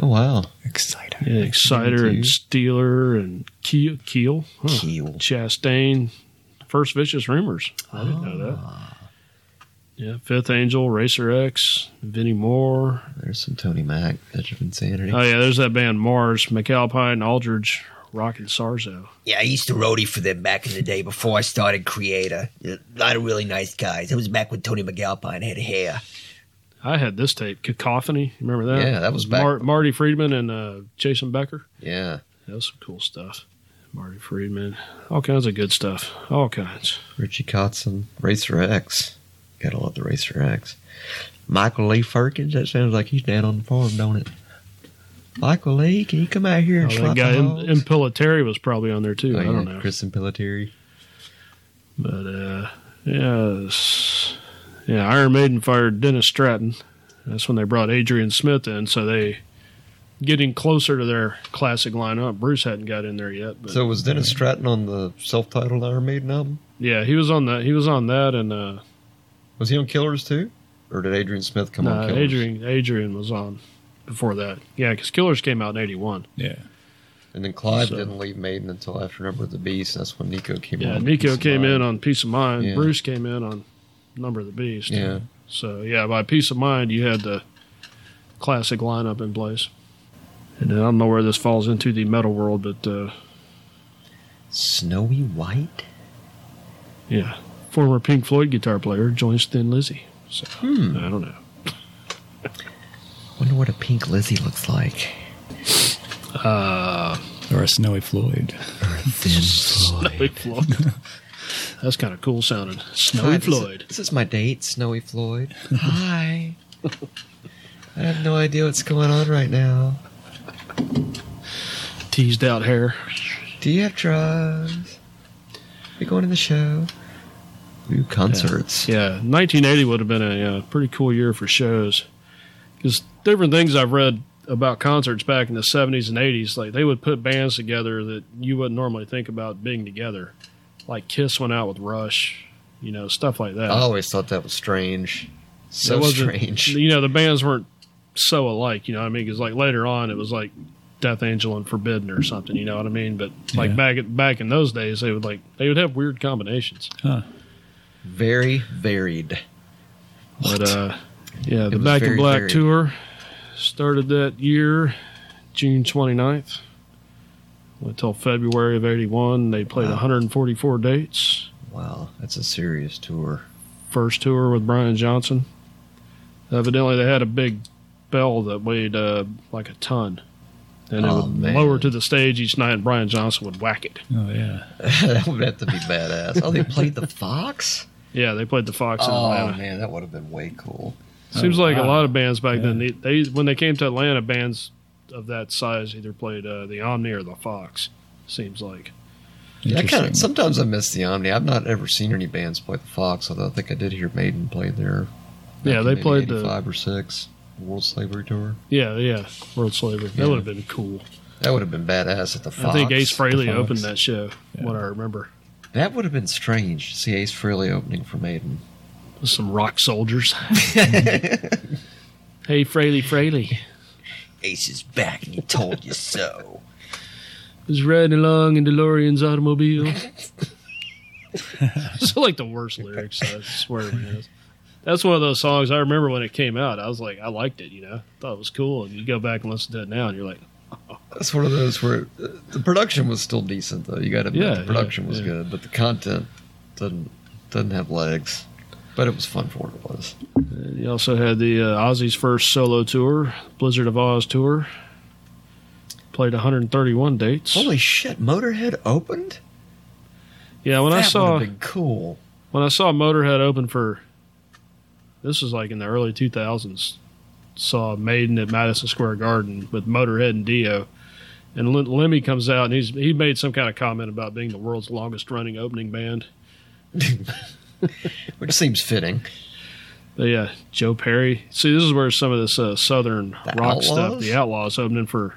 [SPEAKER 3] Oh wow,
[SPEAKER 2] Exciting.
[SPEAKER 4] yeah Exciter and Steeler and Keel, Keel, huh.
[SPEAKER 5] Keel.
[SPEAKER 4] Chastain, First Vicious Rumors. I didn't know that.
[SPEAKER 3] Ah.
[SPEAKER 4] Yeah, Fifth Angel, Racer X, Vinnie Moore.
[SPEAKER 3] there's some Tony Mack, Edge of Insanity.
[SPEAKER 4] Oh yeah, there's that band Mars, McAlpine, Aldridge, Rock and Sarzo.
[SPEAKER 7] Yeah, I used to roadie for them back in the day before I started Creator. A lot of really nice guys. It was back when Tony McAlpine had hair.
[SPEAKER 4] I had this tape, Cacophony. You Remember that?
[SPEAKER 3] Yeah, that was back-
[SPEAKER 4] Marty Friedman and uh, Jason Becker.
[SPEAKER 3] Yeah,
[SPEAKER 4] That was some cool stuff. Marty Friedman, all kinds of good stuff. All kinds.
[SPEAKER 3] Richie Kotzen, Racer X. Gotta love the Racer X. Michael Lee Firkins. That sounds like he's down on the farm, don't it? Michael Lee, can you come out here
[SPEAKER 4] Oh,
[SPEAKER 3] and
[SPEAKER 4] that
[SPEAKER 3] slap
[SPEAKER 4] guy
[SPEAKER 3] some
[SPEAKER 4] Im-
[SPEAKER 3] hogs?
[SPEAKER 4] Impellitteri was probably on there too.
[SPEAKER 3] Oh,
[SPEAKER 4] I
[SPEAKER 3] yeah,
[SPEAKER 4] don't know,
[SPEAKER 3] Chris and Pelletieri.
[SPEAKER 4] but uh, yes, yeah. Iron Maiden fired Dennis Stratton. That's when they brought Adrian Smith in. So they getting closer to their classic lineup. Bruce hadn't got in there yet, but
[SPEAKER 3] So was Dennis Stratton on the self-titled Iron Maiden album?
[SPEAKER 4] yeah, he was on that. He was on that, and uh,
[SPEAKER 3] Was he on Killers too, or did Adrian Smith come on
[SPEAKER 4] nah,
[SPEAKER 3] Killers?
[SPEAKER 4] Adrian Adrian was on before that. Yeah, because Killers came out in '81.
[SPEAKER 2] Yeah.
[SPEAKER 3] And then Clive
[SPEAKER 4] So-
[SPEAKER 3] didn't leave Maiden until after Number of the Beast. That's when Nico came
[SPEAKER 4] Yeah,
[SPEAKER 3] on.
[SPEAKER 4] Nico
[SPEAKER 3] Peace of
[SPEAKER 4] came
[SPEAKER 3] Mind.
[SPEAKER 4] in on Peace of Mind.
[SPEAKER 3] Yeah.
[SPEAKER 4] Bruce came in on Number of the Beast.
[SPEAKER 3] Yeah.
[SPEAKER 4] So yeah, by Peace of Mind, you had the classic lineup in place. And then I don't know where this falls into the metal world, but uh,
[SPEAKER 3] Snowy White?
[SPEAKER 4] yeah, former Pink Floyd guitar player joins Thin Lizzy. So
[SPEAKER 3] Hmm.
[SPEAKER 4] I don't know.
[SPEAKER 3] Wonder what a pink Lizzie looks like.
[SPEAKER 2] Or a Snowy Floyd.
[SPEAKER 4] Snowy Floyd. That's kind of cool sounding. Snowy
[SPEAKER 3] Clive, this is-
[SPEAKER 4] Floyd.
[SPEAKER 3] This is my date, Snowy Floyd. Hi. I have no idea what's going on right now.
[SPEAKER 4] Teased out hair.
[SPEAKER 3] Do you have drugs? Are you going to the show? Ooh, concerts.
[SPEAKER 4] Yeah, 1980 would have been a uh, pretty cool year for shows because different things I've read about concerts back in the 70s and 80s, like they would put bands together that you wouldn't normally think about being together, like Kiss went out with Rush, you know, stuff like that.
[SPEAKER 3] I always thought that was strange. Oh, So
[SPEAKER 4] It wasn't-
[SPEAKER 3] strange.
[SPEAKER 4] You know, the bands weren't so alike. You know what I mean? Because like later on, it was like Death Angel and Forbidden or something. You know what I mean? But like
[SPEAKER 2] Yeah.
[SPEAKER 4] back back in those days, they would like they would have weird combinations.
[SPEAKER 3] Very varied.
[SPEAKER 4] But uh, yeah, the
[SPEAKER 3] was
[SPEAKER 4] Back in
[SPEAKER 3] very
[SPEAKER 4] Black
[SPEAKER 3] varied.
[SPEAKER 4] tour started that year, June 29th, until February of 81. They played 144 dates.
[SPEAKER 3] Wow, that's a serious tour.
[SPEAKER 4] First tour with Brian Johnson. Evidently, they had a big bell that weighed uh, like a ton. And it
[SPEAKER 3] Oh,
[SPEAKER 4] would
[SPEAKER 3] man.
[SPEAKER 4] lower to the stage each night, and Brian Johnson would whack it.
[SPEAKER 2] Oh, yeah.
[SPEAKER 3] that would have to be badass. Oh, they played the Fox?
[SPEAKER 4] Yeah, they played the Fox in
[SPEAKER 3] Oh,
[SPEAKER 4] Atlanta.
[SPEAKER 3] man, that would have been way cool.
[SPEAKER 4] Seems
[SPEAKER 2] Oh,
[SPEAKER 4] like a
[SPEAKER 2] wow.
[SPEAKER 4] lot of bands back then. They, they when they came to Atlanta, bands of that size either played uh, the Omni or the Fox. Seems like
[SPEAKER 3] Yeah, I kind
[SPEAKER 2] Interesting.
[SPEAKER 3] of sometimes I miss the Omni. I've not ever seen any bands play the Fox, although I think I did hear Maiden play there.
[SPEAKER 4] Yeah, they played the-
[SPEAKER 3] five or six World Slavery Tour.
[SPEAKER 4] yeah, yeah, World Slavery.
[SPEAKER 3] Yeah.
[SPEAKER 4] That would have been cool.
[SPEAKER 3] That would have been badass at the Fox.
[SPEAKER 4] I think Ace Frehley
[SPEAKER 2] Fox.
[SPEAKER 4] opened that show. What I remember,
[SPEAKER 3] That would have been strange to see Ace Frehley opening for Maiden.
[SPEAKER 4] some rock soldiers. hey, Frehley, Frehley
[SPEAKER 7] Ace is back and he told you so.
[SPEAKER 4] was riding along in DeLorean's automobile. so like the worst lyrics. I swear to goodness. That's one of those songs I remember when it came out. I was like, I liked it, you know, thought it was cool. And you go back and listen to it now, and you're like,
[SPEAKER 3] That's one of those where uh, the production was still decent, though. You got to admit
[SPEAKER 4] Yeah,
[SPEAKER 3] the production
[SPEAKER 4] yeah,
[SPEAKER 3] was
[SPEAKER 4] yeah.
[SPEAKER 3] good, but the content doesn't doesn't have legs. But it was fun for what it was.
[SPEAKER 4] He also had the uh, Ozzy's first solo tour, Blizzard of Oz tour. Played 131 dates.
[SPEAKER 3] Holy shit! Motorhead opened.
[SPEAKER 4] yeah, when
[SPEAKER 3] that
[SPEAKER 4] I saw
[SPEAKER 3] would have been cool.
[SPEAKER 4] when I saw Motorhead open for this was like in the early 2000s. Saw Maiden at Madison Square Garden with Motorhead and Dio, and Lim- Lemmy comes out and he's he made some kind of comment about being the world's longest running opening band.
[SPEAKER 3] Which seems fitting.
[SPEAKER 4] But yeah, Joe Perry. See, this is where some of this uh, southern
[SPEAKER 3] The
[SPEAKER 4] rock stuff,
[SPEAKER 3] Outlaws?
[SPEAKER 4] the Outlaws, opening for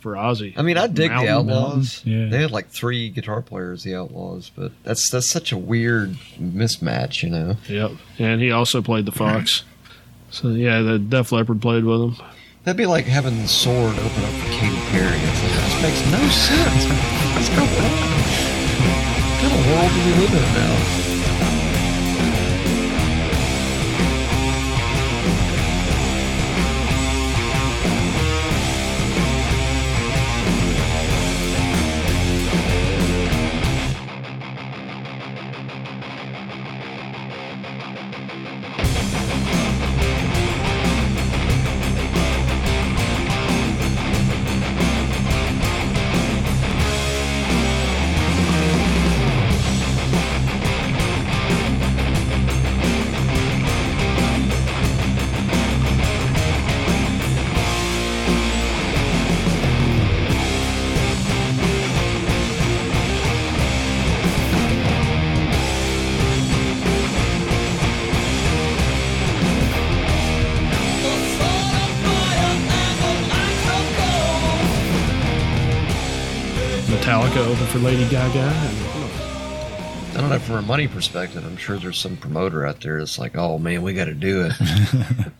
[SPEAKER 4] for Ozzy.
[SPEAKER 3] I mean, I dig the
[SPEAKER 4] Mountain Men.
[SPEAKER 3] Outlaws.
[SPEAKER 2] Yeah.
[SPEAKER 3] They had like three guitar players, the Outlaws, but that's that's such a weird mismatch, you know.
[SPEAKER 4] Yep, and he also played the Fox. So yeah, the Def Leppard played with him.
[SPEAKER 3] That'd be like having the Sword open up for Katy Perry. It's like, this makes no sense. What's going on? What kind of world do we live in now?
[SPEAKER 4] Metallica opened for Lady Gaga. And
[SPEAKER 3] I don't know. From a money perspective, I'm sure there's some promoter out there that's like, "Oh man, we got to do it."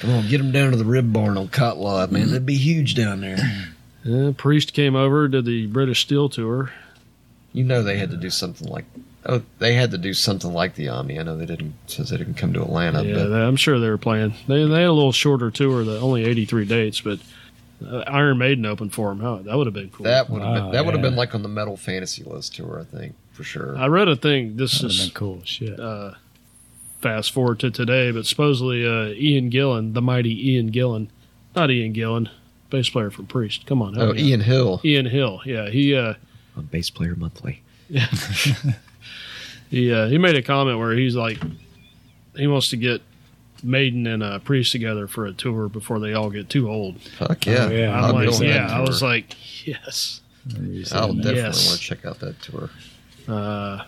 [SPEAKER 3] Come on, get them down to the rib barn on Cotlaw, man. That'd be huge down there.
[SPEAKER 4] Yeah, Priest came over, did the British Steel tour.
[SPEAKER 3] You know they had to do something like oh they had to do something like the Omni. I know they didn't since they didn't come to Atlanta,
[SPEAKER 4] yeah,
[SPEAKER 3] but
[SPEAKER 4] they- I'm sure they were playing. They, they had a little shorter tour, the only 83 dates, but uh, Iron Maiden opened for them. Huh? That would have been cool.
[SPEAKER 3] that would have been
[SPEAKER 2] Wow,
[SPEAKER 3] that would have
[SPEAKER 2] yeah.
[SPEAKER 3] been like on the Metal Fantasy List tour, I think for sure.
[SPEAKER 4] I read a thing. This
[SPEAKER 2] That would
[SPEAKER 4] is
[SPEAKER 2] have been cool. Shit.
[SPEAKER 4] uh, fast forward to today, but supposedly uh, Ian Gillan, the mighty Ian Gillan, not Ian Gillan, bass player from Priest. Come on, help
[SPEAKER 3] oh,
[SPEAKER 4] me out.
[SPEAKER 3] Ian Hill.
[SPEAKER 4] Ian Hill. Yeah, he uh,
[SPEAKER 9] on Bass Player Monthly.
[SPEAKER 4] he uh, he made a comment where he's like, he wants to get Maiden and uh, Priest together for a tour before they all get too old.
[SPEAKER 3] Fuck yeah.
[SPEAKER 2] Oh, yeah.
[SPEAKER 3] I'll
[SPEAKER 4] I'm
[SPEAKER 3] be
[SPEAKER 4] like,
[SPEAKER 3] on that
[SPEAKER 4] yeah, I
[SPEAKER 3] tour.
[SPEAKER 4] was like, yes.
[SPEAKER 3] I'll definitely
[SPEAKER 4] Yes.
[SPEAKER 3] want to check out that tour.
[SPEAKER 4] Uh,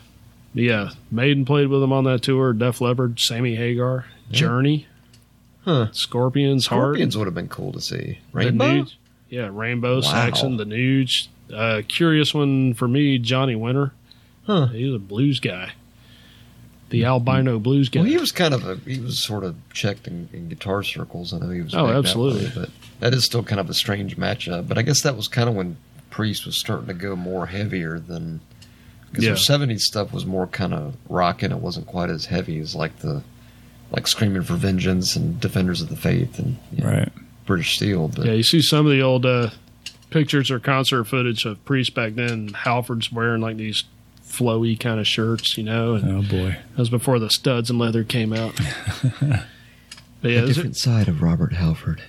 [SPEAKER 4] yeah, Maiden played with him on that tour. Def Leppard, Sammy Hagar, Journey,
[SPEAKER 3] Huh.
[SPEAKER 4] Scorpions, Heart.
[SPEAKER 3] Scorpions would have been cool to see.
[SPEAKER 4] The
[SPEAKER 3] Rainbow.
[SPEAKER 4] Nudes. Yeah, Rainbow,
[SPEAKER 3] Wow.
[SPEAKER 4] Saxon, the Nudes. Uh, curious one for me, Johnny Winter.
[SPEAKER 3] Huh. Mm-hmm.
[SPEAKER 4] He's a blues guy. The albino blues guy.
[SPEAKER 3] Well, he was kind of a he was sort of checked in, in guitar circles. I know he was.
[SPEAKER 4] Oh,
[SPEAKER 3] big that
[SPEAKER 4] absolutely.
[SPEAKER 3] way, but that is still kind of a strange matchup. But I guess that was kind of when Priest was starting to go more heavier than because
[SPEAKER 4] Yeah.
[SPEAKER 3] their '70s stuff was more kind of rocking. It wasn't quite as heavy as like the like Screaming for Vengeance and Defenders of the Faith and you know,
[SPEAKER 2] Right.
[SPEAKER 3] British Steel. But
[SPEAKER 4] yeah, you see some of the old uh, pictures or concert footage of Priest back then. Halford's wearing like these flowy kind of shirts, you know, and
[SPEAKER 2] Oh boy.
[SPEAKER 4] that was before the studs and leather came out. but yeah,
[SPEAKER 9] a
[SPEAKER 4] is it
[SPEAKER 9] different side of Robert Halford.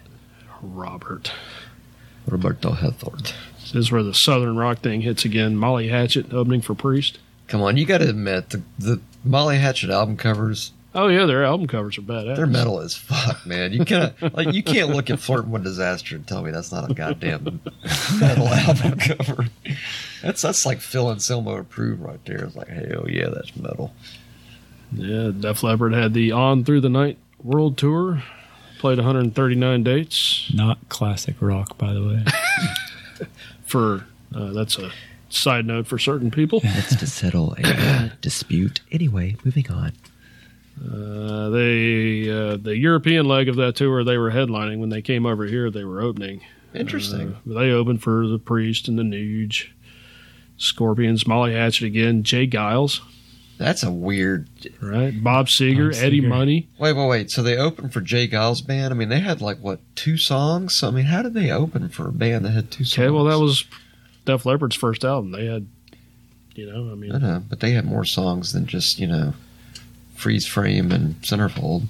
[SPEAKER 4] Robert?
[SPEAKER 3] Roberto Hethort.
[SPEAKER 4] This is where the Southern rock thing hits again. Molly Hatchet opening for Priest.
[SPEAKER 3] Come on, you got to admit the the Molly Hatchet album covers
[SPEAKER 4] Oh yeah, their album covers are badass.
[SPEAKER 3] They're metal as fuck, man. You can't like you can't look at Flirting with Disaster and tell me that's not a goddamn metal album cover. That's that's like Phil and Anselmo approved right there. It's like hell yeah, that's metal.
[SPEAKER 4] Yeah, Def Leppard had the On Through the Night World Tour, played 139 dates
[SPEAKER 2] Not classic rock, by the way.
[SPEAKER 4] for. Uh, that's a side note for certain people.
[SPEAKER 9] That's to settle a uh, dispute. Anyway, moving on.
[SPEAKER 4] Uh, they uh, the European leg of that tour they were headlining when they came over here. They were opening.
[SPEAKER 3] Interesting.
[SPEAKER 4] Uh, they opened for the Priest and the Nuge, Scorpions, Molly Hatchet again, Jay Giles,
[SPEAKER 3] that's a weird.
[SPEAKER 4] right? Bob Seger,
[SPEAKER 2] Bob
[SPEAKER 4] Eddie
[SPEAKER 2] Seger.
[SPEAKER 4] Money.
[SPEAKER 3] Wait, wait, wait. So they opened for Jay Giles band. I mean, they had like what two songs? So I mean, how did they open for a band that had two songs?
[SPEAKER 4] Okay, well that was Def Leppard's first album. They had, you know, I mean,
[SPEAKER 3] I know, but they had more songs than just you know, freeze frame and centerfold.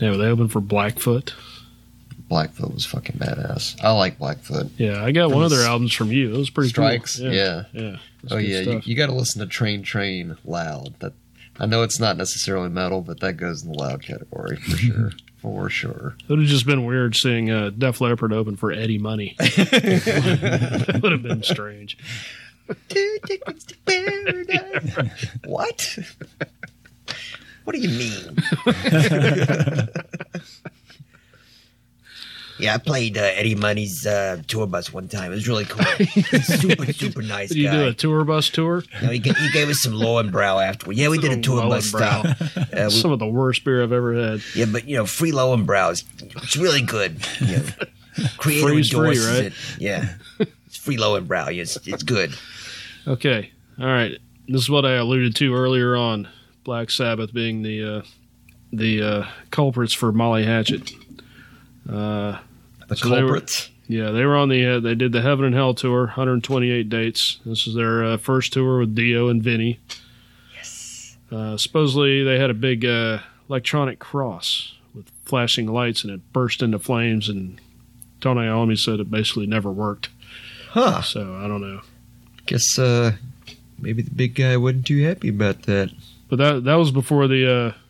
[SPEAKER 4] yeah, but they opened for Blackfoot.
[SPEAKER 3] Blackfoot was fucking badass. I like Blackfoot.
[SPEAKER 4] Yeah, I got
[SPEAKER 3] From
[SPEAKER 4] one of
[SPEAKER 3] the
[SPEAKER 4] their
[SPEAKER 3] s-
[SPEAKER 4] albums from you. It was pretty cool.
[SPEAKER 3] Strikes, yeah.
[SPEAKER 4] yeah. That's
[SPEAKER 3] Oh
[SPEAKER 4] good
[SPEAKER 3] yeah, you,
[SPEAKER 4] stuff.
[SPEAKER 3] you got to listen to Train Train loud. That I know it's not necessarily metal, but that goes in the loud category for sure, for sure.
[SPEAKER 4] It would have just been weird seeing uh, Def Leppard open for Eddie Money. that would have been strange.
[SPEAKER 3] Two tickets to paradise. What?
[SPEAKER 7] What do you mean? yeah, I played uh, Eddie Money's uh, tour bus one time. It was really cool. super, super nice
[SPEAKER 4] Did you
[SPEAKER 7] guy.
[SPEAKER 4] do a tour bus tour?
[SPEAKER 7] You know, he, gave, he gave us some low and brow afterward. Yeah, we did a tour bus
[SPEAKER 4] Lowenbrow.
[SPEAKER 7] style. Uh, we-
[SPEAKER 4] Some of the worst beer I've ever had.
[SPEAKER 7] yeah, but you know, free low and brow is it's really good. You know, creator
[SPEAKER 4] Free's free,
[SPEAKER 7] endorses
[SPEAKER 4] right?
[SPEAKER 7] it. Yeah, it's free low and brow. It's it's good.
[SPEAKER 4] Okay, all right. This is what I alluded to earlier on Black Sabbath being the uh, the uh, culprits for Molly Hatchet. Uh,
[SPEAKER 3] The
[SPEAKER 4] So they were-
[SPEAKER 3] culprits.
[SPEAKER 4] Yeah, they were on the. Uh, they did the Heaven and Hell tour, 128 dates. This is their uh, first tour with Dio and Vinny. Yes. Uh, supposedly they had a big uh, electronic cross with flashing lights, and it burst into flames. And Tony Iommi said it basically never worked.
[SPEAKER 3] Huh.
[SPEAKER 4] So I don't know.
[SPEAKER 9] Guess uh, maybe the big guy wasn't too happy about that.
[SPEAKER 4] But that that was before the. Uh,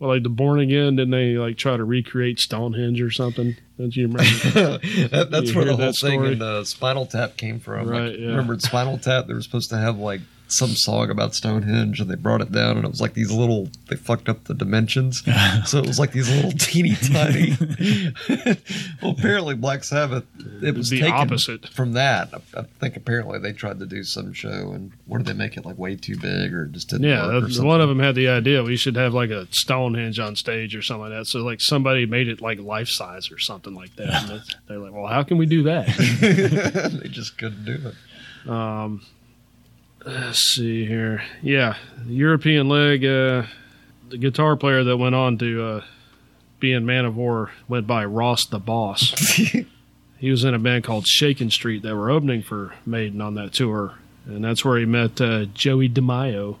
[SPEAKER 4] well, like the Born Again, didn't they like try to recreate Stonehenge or something? Don't you remember?
[SPEAKER 3] That- that's
[SPEAKER 4] You
[SPEAKER 3] where the
[SPEAKER 4] heard
[SPEAKER 3] whole
[SPEAKER 4] that
[SPEAKER 3] thing
[SPEAKER 4] story?
[SPEAKER 3] in the Spinal Tap came from.
[SPEAKER 4] Right,
[SPEAKER 3] Like,
[SPEAKER 4] yeah.
[SPEAKER 3] Remember in Spinal Tap? They were supposed to have like some song about Stonehenge and they brought it down and it was like these little they fucked up the dimensions. so it was like these little teeny tiny Well apparently Black Sabbath it was
[SPEAKER 4] The
[SPEAKER 3] taken
[SPEAKER 4] opposite.
[SPEAKER 3] from that. I, I think apparently they tried to do some show and what did they make it like way too big or it just didn't
[SPEAKER 4] Yeah,
[SPEAKER 3] work or
[SPEAKER 4] that-
[SPEAKER 3] something.
[SPEAKER 4] one of them had the idea we should have like a Stonehenge on stage or something like that. So like somebody made it like life size or something like that. And that's- they're like, well, how can we do that?
[SPEAKER 3] they just couldn't do it.
[SPEAKER 4] Let's see here. Yeah, European Leg. Uh, the guitar player that went on to uh, be in Man of War went by Ross the Boss. he was in a band called Shaken Street that were opening for Maiden on that tour, and that's where he met uh, Joey DeMaio,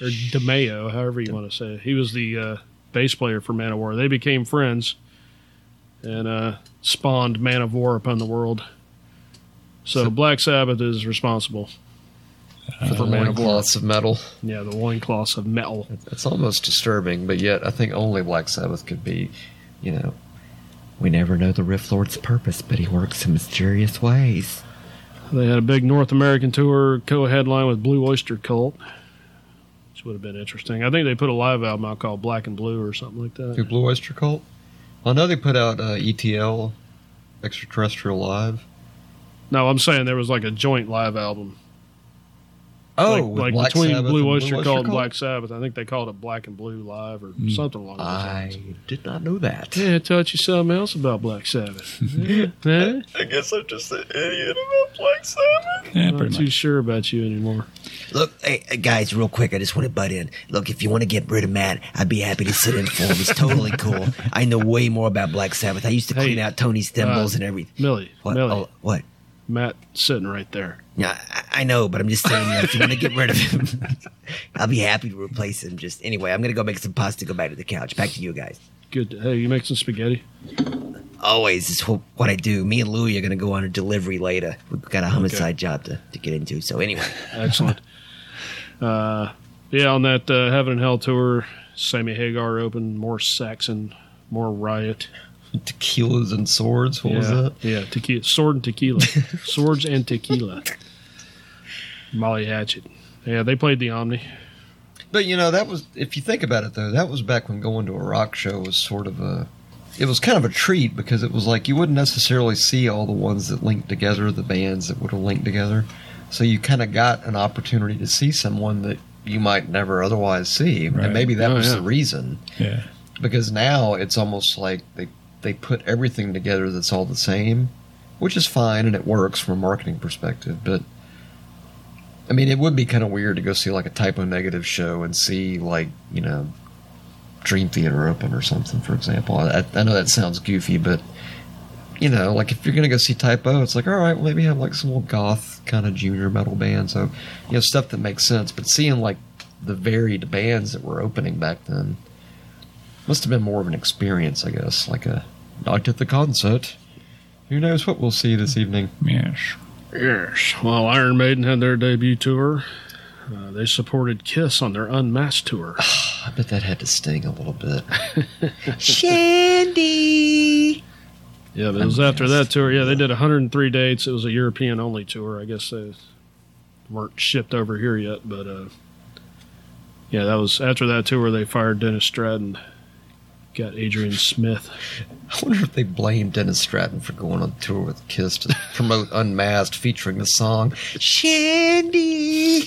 [SPEAKER 4] or DeMaio, however you want to say. it. He was the uh, bass player for Man of War. They became friends, and uh, spawned Man of War upon the world. So Black Sabbath is responsible.
[SPEAKER 3] For lots of metal.
[SPEAKER 4] Yeah, the loincloths of metal.
[SPEAKER 3] It's almost disturbing, but yet I think only Black Sabbath could be, you know, we never know the Rift Lord's purpose, but he works in mysterious ways.
[SPEAKER 4] They had a big North American tour co-headline with Blue Oyster Cult, which would have been interesting. I think they put a live album out called Black and Blue or something like that.
[SPEAKER 3] Who Blue Oyster Cult? Well, I know they put out uh, ETL, Extraterrestrial Live.
[SPEAKER 4] No, I'm saying there was like a joint live album,
[SPEAKER 3] Oh,
[SPEAKER 4] like,
[SPEAKER 3] with
[SPEAKER 4] like
[SPEAKER 3] Black
[SPEAKER 4] between
[SPEAKER 3] Sabbath
[SPEAKER 4] Blue
[SPEAKER 3] and
[SPEAKER 4] Oyster Cult and Black Sabbath. I think they called it Black and Blue Live or something along those
[SPEAKER 3] I
[SPEAKER 4] lines.
[SPEAKER 3] did not know that.
[SPEAKER 4] Yeah, I taught you something else about Black Sabbath. yeah, eh?
[SPEAKER 5] I guess I'm just an idiot about Black Sabbath.
[SPEAKER 2] Yeah,
[SPEAKER 4] I'm not
[SPEAKER 2] pretty
[SPEAKER 4] too
[SPEAKER 2] much.
[SPEAKER 4] sure about you anymore.
[SPEAKER 7] Look, hey, hey, guys, real quick, I just want to butt in. Look, if you want to get rid of Matt, I'd be happy to sit in for him. He's totally cool. I know way more about Black Sabbath. I used to clean
[SPEAKER 4] Hey,
[SPEAKER 7] out Tony's thimbles
[SPEAKER 4] uh,
[SPEAKER 7] and everything.
[SPEAKER 4] Millie,
[SPEAKER 7] What?
[SPEAKER 4] Millie,
[SPEAKER 7] Oh, what?
[SPEAKER 4] Matt sitting right there.
[SPEAKER 7] Yeah, I, I know, but I'm just saying, like, if you want to get rid of him, I'll be happy to replace him. Just anyway, I'm gonna go make some pasta. Go back to the couch. Back to you guys.
[SPEAKER 4] Good. Hey, you make some spaghetti?
[SPEAKER 7] Always is wh- what I do. Me and Louie are gonna go on a delivery later. We've got a homicide job to, to get into. So anyway,
[SPEAKER 4] Excellent. uh, yeah, on that uh, Heaven and Hell tour, Sammy Hagar opened, more Saxon, more Riot.
[SPEAKER 3] Tequilas and swords. What
[SPEAKER 4] yeah.
[SPEAKER 3] was that?
[SPEAKER 4] Yeah, tequila, sword and tequila, swords and tequila. Molly Hatchet. Yeah, they played the Omni.
[SPEAKER 3] But you know, that was if you think about it though, that was back when going to a rock show was sort of a it was kind of a treat because it was like you wouldn't necessarily see all the ones that linked together, the bands that would have linked together. So you kind of got an opportunity to see someone that you might never otherwise see.
[SPEAKER 2] Right.
[SPEAKER 3] And maybe that
[SPEAKER 4] Oh,
[SPEAKER 3] was
[SPEAKER 4] yeah.
[SPEAKER 3] the reason
[SPEAKER 2] Yeah.
[SPEAKER 3] because now it's almost like they they put everything together that's all the same, which is fine and it works from a marketing perspective. But I mean, it would be kind of weird to go see like a typo negative show and see like you know Dream Theater open or something, for example. I, I know that sounds goofy, but you know, like if you're gonna go see Typo, it's like all right, well, maybe have like some old goth kind of junior metal band, so you know stuff that makes sense. But seeing like the varied bands that were opening back then must have been more of an experience, I guess, like a night at the concert. Who knows what we'll see this evening?
[SPEAKER 2] Yes.
[SPEAKER 4] Yes. Well, Iron Maiden had their debut tour. Uh, they supported Kiss on their Unmasked tour.
[SPEAKER 3] I bet that had to sting a little bit.
[SPEAKER 4] Yeah, but it was after that tour. Yeah, they did 103 dates. It was a European only tour. I guess they weren't shipped over here yet, but uh, yeah, that was after that tour. They fired Dennis Stratton, got Adrian Smith.
[SPEAKER 3] I wonder if they blame Dennis Stratton for going on tour with Kiss to promote Unmasked featuring the song Shandy.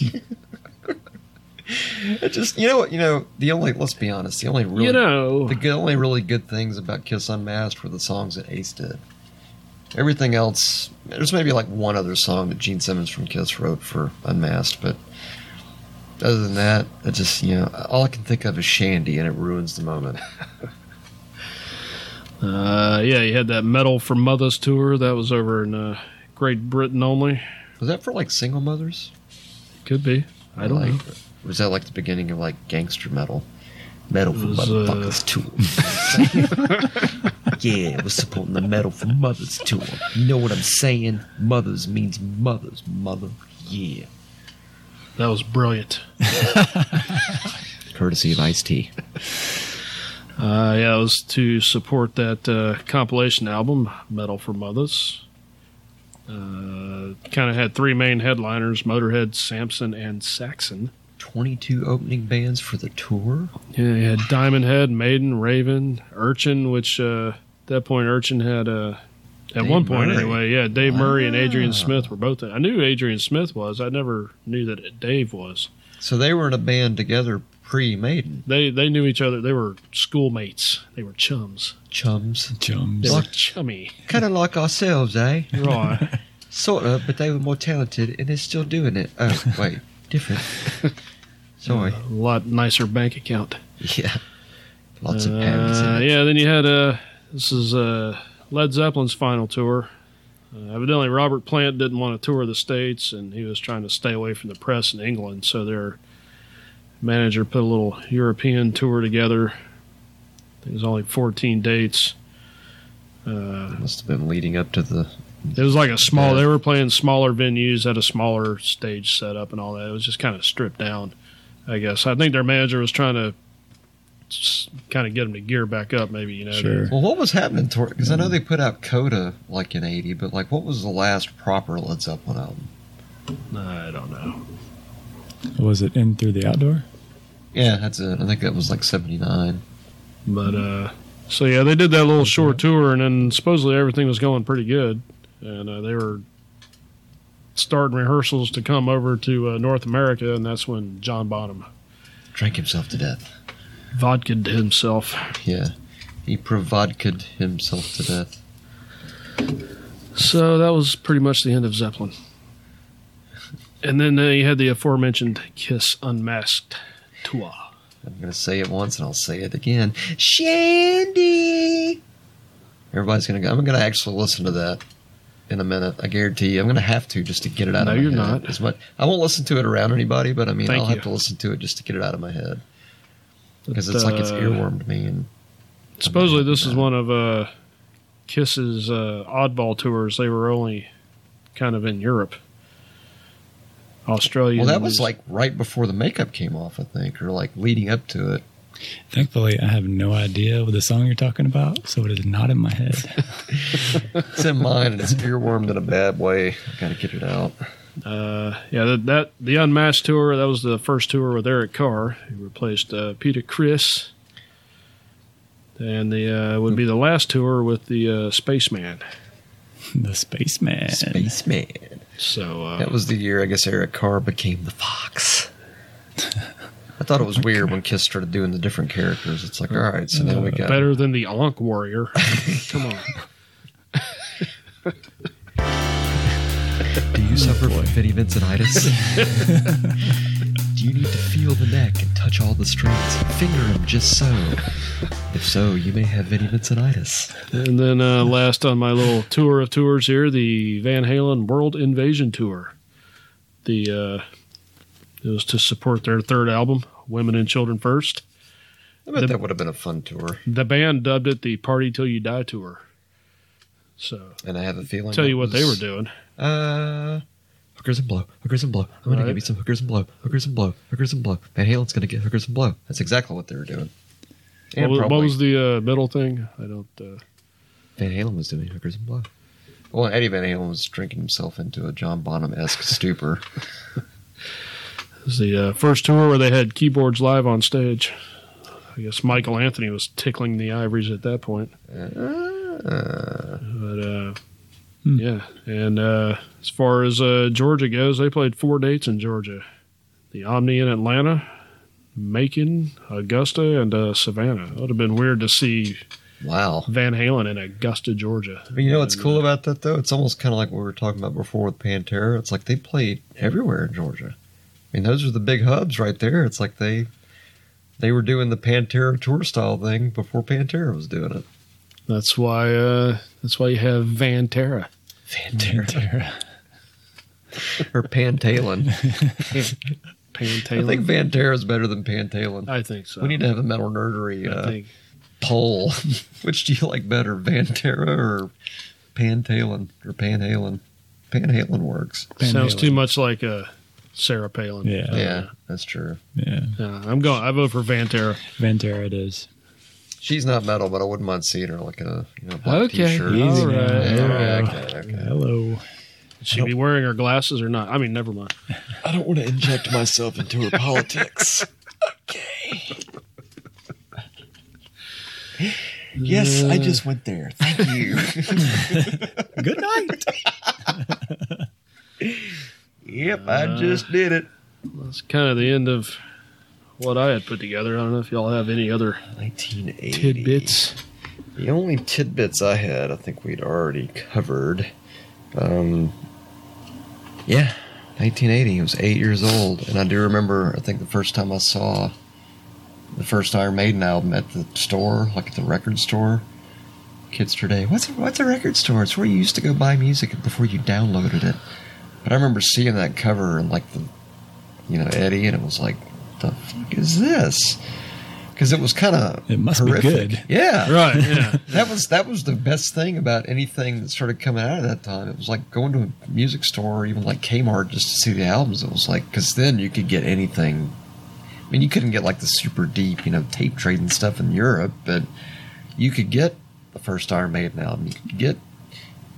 [SPEAKER 3] it just, you know what, you know, the only, let's be honest, the only really,
[SPEAKER 4] you know,
[SPEAKER 3] the good- only really good things about Kiss Unmasked were the songs that Ace did. Everything else, there's maybe like one other song that Gene Simmons from Kiss wrote for Unmasked, but other than that, it just, you know, all I can think of is Shandy and it ruins the moment.
[SPEAKER 4] uh, yeah, you had that Metal for Mothers tour. That was over in uh, Great Britain only.
[SPEAKER 3] Was that for like single mothers?
[SPEAKER 4] Could be. I don't
[SPEAKER 3] like,
[SPEAKER 4] know.
[SPEAKER 3] Was that like the beginning of like gangster metal? Metal for
[SPEAKER 4] It was, uh,
[SPEAKER 3] motherfuckers too. yeah, we're supporting the metal for mothers too. You know what I'm saying? Mothers means mothers, mother. Yeah.
[SPEAKER 4] That was brilliant.
[SPEAKER 3] Courtesy of Ice Tea.
[SPEAKER 4] Uh, yeah, it was to support that uh, compilation album, Metal for Mothers. Uh, kind of had three main headliners: Motorhead, Samson, and Saxon.
[SPEAKER 3] 22 opening bands for the tour.
[SPEAKER 4] Yeah, you had Diamond Head, Maiden, Raven, Urchin, which uh, at that point Urchin had uh, at one point
[SPEAKER 3] Murray.
[SPEAKER 4] anyway. Yeah, Dave Murray and Adrian Smith were both. in- I knew Adrian Smith was. I never knew that Dave was.
[SPEAKER 3] So they were in a band together pre Maiden.
[SPEAKER 4] They they knew each other. They were schoolmates. They were chums.
[SPEAKER 3] Chums.
[SPEAKER 2] Chums.
[SPEAKER 4] They were chummy.
[SPEAKER 3] Kind of like ourselves, eh?
[SPEAKER 4] Right.
[SPEAKER 3] Sort of, but they were more talented and they're still doing it. Oh, wait. Different. Sorry.
[SPEAKER 4] a lot nicer bank account.
[SPEAKER 3] Yeah. Lots of parents in
[SPEAKER 4] Uh,
[SPEAKER 3] it.
[SPEAKER 4] yeah, then you had uh, this is uh, Led Zeppelin's final tour. Uh, evidently, Robert Plant didn't want to tour the states, and he was trying to stay away from the press in England. So their manager put a little European tour together. I think It was only fourteen dates. Uh,
[SPEAKER 3] Must have been leading up to the.
[SPEAKER 4] it was like a small. They were playing smaller venues at a smaller stage setup and all that. It was just kind of stripped down. I guess I think their manager was trying to s- kind of get them to gear back up. Maybe you know.
[SPEAKER 2] Sure.
[SPEAKER 3] Well, what was happening toward? Because I know they put out Coda like in '80, but like, what was the last proper Led Zeppelin album?
[SPEAKER 4] I don't know.
[SPEAKER 2] Was it in through the outdoor?
[SPEAKER 3] Yeah, that's it. I think that was like '79.
[SPEAKER 4] But uh, so yeah, they did that little short tour, and then supposedly everything was going pretty good, and uh, they were starting rehearsals to come over to uh, North America, and that's when John Bonham
[SPEAKER 3] Drank himself to death.
[SPEAKER 4] vodka himself.
[SPEAKER 3] Yeah, he provodked himself to death.
[SPEAKER 4] So that was pretty much the end of Zeppelin. And then uh, you had the aforementioned Kiss Unmasked tour.
[SPEAKER 3] I'm gonna say it once, and I'll say it again. Shandy. Everybody's gonna. go, I'm gonna actually listen to that in a minute. I guarantee you. I'm gonna have to just to get it out
[SPEAKER 4] No,
[SPEAKER 3] of my
[SPEAKER 4] you're
[SPEAKER 3] head.
[SPEAKER 4] not.
[SPEAKER 3] As much. I won't listen to it around anybody, but I mean,
[SPEAKER 4] Thank
[SPEAKER 3] I'll
[SPEAKER 4] you.
[SPEAKER 3] have to listen to it just to get it out of my head because
[SPEAKER 4] But,
[SPEAKER 3] it's like it's
[SPEAKER 4] uh,
[SPEAKER 3] earwormed me. And
[SPEAKER 4] Supposedly, this is one of uh, Kiss's uh, oddball tours. They were only kind of in Europe, Australia.
[SPEAKER 3] Well, that was like right before the makeup came off, I think, or like leading up to it.
[SPEAKER 2] Thankfully, I have no idea what the song you're talking about, so it is not in my head.
[SPEAKER 3] It's in mine, and it's earwormed in a bad way. I gotta get it out.
[SPEAKER 4] uh, yeah, that, that the Unmasked tour. That was the first tour with Eric Carr, who replaced uh, Peter Chris, and the uh, would be the last tour with the uh, Spaceman.
[SPEAKER 2] the Spaceman.
[SPEAKER 3] Spaceman.
[SPEAKER 4] So uh,
[SPEAKER 3] That was the year I guess Eric Carr became the Fox. I thought it was weird when Kiss started doing the different characters. It's like, all right, so now we got
[SPEAKER 4] better than the Ankh Warrior. Come on.
[SPEAKER 3] Do you suffer from Vinnie Vincentitis? Do you need to feel the neck and touch all the strings? Finger him just so. If so, you may have Vinnie Vincentitis.
[SPEAKER 4] And then uh, last on my little tour of tours here, the Van Halen World Invasion Tour. The uh, it was to support their third album, Women and Children First.
[SPEAKER 3] I bet
[SPEAKER 4] The-
[SPEAKER 3] that would have been a fun tour,
[SPEAKER 4] The band dubbed it the Party Till You Die Tour. So
[SPEAKER 3] and I have a feeling.
[SPEAKER 4] tell
[SPEAKER 3] that
[SPEAKER 4] you what they were
[SPEAKER 3] was-
[SPEAKER 4] doing.
[SPEAKER 3] Uh, hookers and blow, hookers and blow. I'm gonna
[SPEAKER 4] Right.
[SPEAKER 3] give you some hookers and blow, hookers and blow, hookers and blow. Van Halen's gonna get hookers and blow. That's exactly what they were doing.
[SPEAKER 4] What
[SPEAKER 3] And
[SPEAKER 4] was, what
[SPEAKER 3] probably
[SPEAKER 4] was the uh, middle thing? I don't. Uh,
[SPEAKER 3] Van Halen was doing hookers and blow. Well, Eddie Van Halen was drinking himself into a John Bonham esque stupor.
[SPEAKER 4] it was the uh, first tour where they had keyboards live on stage. I guess Michael Anthony was tickling the ivories at that point.
[SPEAKER 3] Uh,
[SPEAKER 4] But uh,
[SPEAKER 2] Hmm.
[SPEAKER 4] yeah, and uh, as far as uh, Georgia goes, they played four dates in Georgia: the Omni in Atlanta, Macon, Augusta, and uh, Savannah. It would have been weird to see
[SPEAKER 3] wow.
[SPEAKER 4] Van Halen in Augusta, Georgia.
[SPEAKER 3] But you know what's cool about that though? It's almost kind of like what we were talking about before with Pantera. It's like they played everywhere in Georgia. I mean, those are the big hubs right there. It's like they they were doing the Pantera tour style thing before Pantera was doing it.
[SPEAKER 4] That's why. Uh, that's why you have Van Terra.
[SPEAKER 2] Pantera.
[SPEAKER 3] or Pantalen.
[SPEAKER 4] Van
[SPEAKER 3] I
[SPEAKER 4] Halen.
[SPEAKER 3] think Pantera is better than Pantalen.
[SPEAKER 4] I think so.
[SPEAKER 3] We need to have a metal nerdery
[SPEAKER 4] I
[SPEAKER 3] uh,
[SPEAKER 4] think
[SPEAKER 3] poll. Which do you like better, Pantera or Pantalen or Panhalen? Panhalen works.
[SPEAKER 2] Van
[SPEAKER 4] sounds
[SPEAKER 2] Halen.
[SPEAKER 4] too much like uh, Sarah Palin.
[SPEAKER 2] Yeah.
[SPEAKER 3] yeah, that's true.
[SPEAKER 2] Yeah.
[SPEAKER 4] Yeah, I'm going. I vote for Van Terra.
[SPEAKER 2] Pantera it is.
[SPEAKER 3] She's not metal, but I wouldn't mind seeing her like in a you know black
[SPEAKER 4] Okay.
[SPEAKER 3] t-shirt.
[SPEAKER 4] Easy now.
[SPEAKER 3] Yeah,
[SPEAKER 2] All right.
[SPEAKER 3] okay, okay.
[SPEAKER 2] Hello.
[SPEAKER 4] she be wearing her glasses or not? I mean, never mind.
[SPEAKER 10] I don't want to inject myself into her politics. Okay. Yes, I just went there. Thank you.
[SPEAKER 2] Good night.
[SPEAKER 5] Yep, I just did it.
[SPEAKER 4] That's kind of the end of what I had put together. I don't know if y'all have any other
[SPEAKER 3] 1980.
[SPEAKER 4] tidbits.
[SPEAKER 3] The only tidbits I had, I think we'd already covered. Um, yeah, 1980. I was eight years old, and I do remember. I think the first time I saw the first Iron Maiden album at the store, like at the record store. Kids today, what's a, what's a record store? It's where you used to go buy music before you downloaded it. But I remember seeing that cover and like the, you know, Eddie, and it was like, the fuck is this? Because it was kind of
[SPEAKER 2] It must be
[SPEAKER 3] horrific.
[SPEAKER 2] good.
[SPEAKER 3] Yeah,
[SPEAKER 4] Right. Yeah.
[SPEAKER 3] that was that was the best thing about anything that started coming out of that time. It was like going to a music store, or even like Kmart, just to see the albums. It was like because then you could get anything. I mean, you couldn't get like the super deep, you know, tape trading stuff in Europe, but you could get the first Iron Maiden album. You could get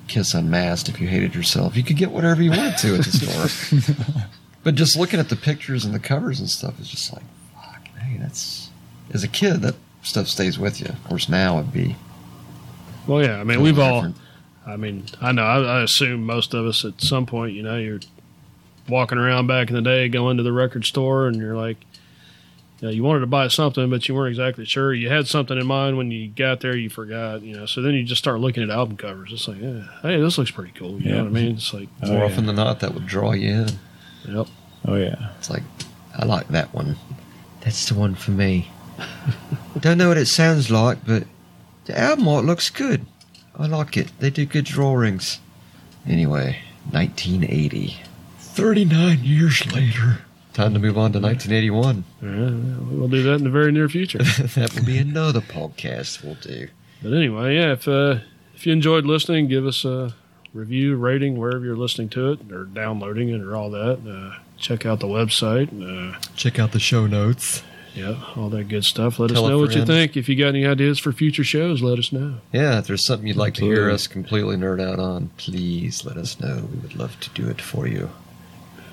[SPEAKER 3] Kiss Unmasked if you hated yourself. You could get whatever you wanted to at the store. but just looking at the pictures and the covers and stuff is just like, fuck, hey, that's as a kid that stuff stays with you. Of course, now it'd be
[SPEAKER 4] Well, yeah. I mean, we've all.
[SPEAKER 3] different.
[SPEAKER 4] I mean, I know. I, I assume most of us at some point, you know, you're walking around back in the day, going to the record store, and you're like, you, know, you wanted to buy something, but you weren't exactly sure. You had something in mind when you got there, you forgot, you know. So then you just start looking at album covers. It's like, yeah, hey, this looks pretty cool. You
[SPEAKER 2] Yeah.
[SPEAKER 4] know what I mean? It's like,
[SPEAKER 2] Oh,
[SPEAKER 3] More
[SPEAKER 2] yeah.
[SPEAKER 3] often than not, that would draw you in.
[SPEAKER 4] yep.
[SPEAKER 2] Oh yeah.
[SPEAKER 3] It's like, I like that one.
[SPEAKER 9] That's the one for me. Don't know what it sounds like, but the album art looks good. I like it. They do good drawings.
[SPEAKER 3] Anyway, 1980.
[SPEAKER 10] 39 years later.
[SPEAKER 3] Time to move on to 1981.
[SPEAKER 4] All right, we'll do that in the very near future.
[SPEAKER 3] that will be another podcast we'll do.
[SPEAKER 4] But anyway, yeah, if uh, if you enjoyed listening, give us a review, rating, wherever you're listening to it or downloading it or all that. Uh, check out the website. Uh,
[SPEAKER 10] Check out the show notes.
[SPEAKER 4] yeah, all that good stuff. Let
[SPEAKER 3] Tell
[SPEAKER 4] us
[SPEAKER 3] a
[SPEAKER 4] know what you
[SPEAKER 3] friend.
[SPEAKER 4] think. If you got any ideas for future shows, let us know.
[SPEAKER 3] Yeah, if there's something you'd like to hear
[SPEAKER 2] Absolutely.
[SPEAKER 3] us completely nerd out on, please let us know. We would love to do it for you.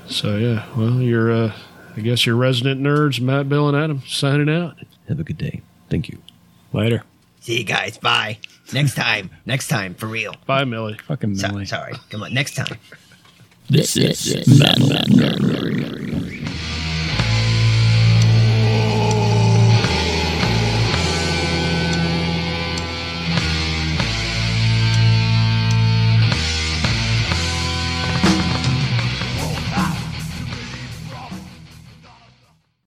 [SPEAKER 4] So yeah, well, you're uh, I guess your resident nerds, Matt, Bill, and Adam, signing out.
[SPEAKER 9] Have a good day. Thank you.
[SPEAKER 2] Later.
[SPEAKER 7] See you guys. Bye. Next time. Next time. For real.
[SPEAKER 4] Bye, Millie.
[SPEAKER 2] Fucking
[SPEAKER 7] So,
[SPEAKER 2] Millie.
[SPEAKER 7] sorry. Come on. Next time.
[SPEAKER 11] This is Metal Nerdery.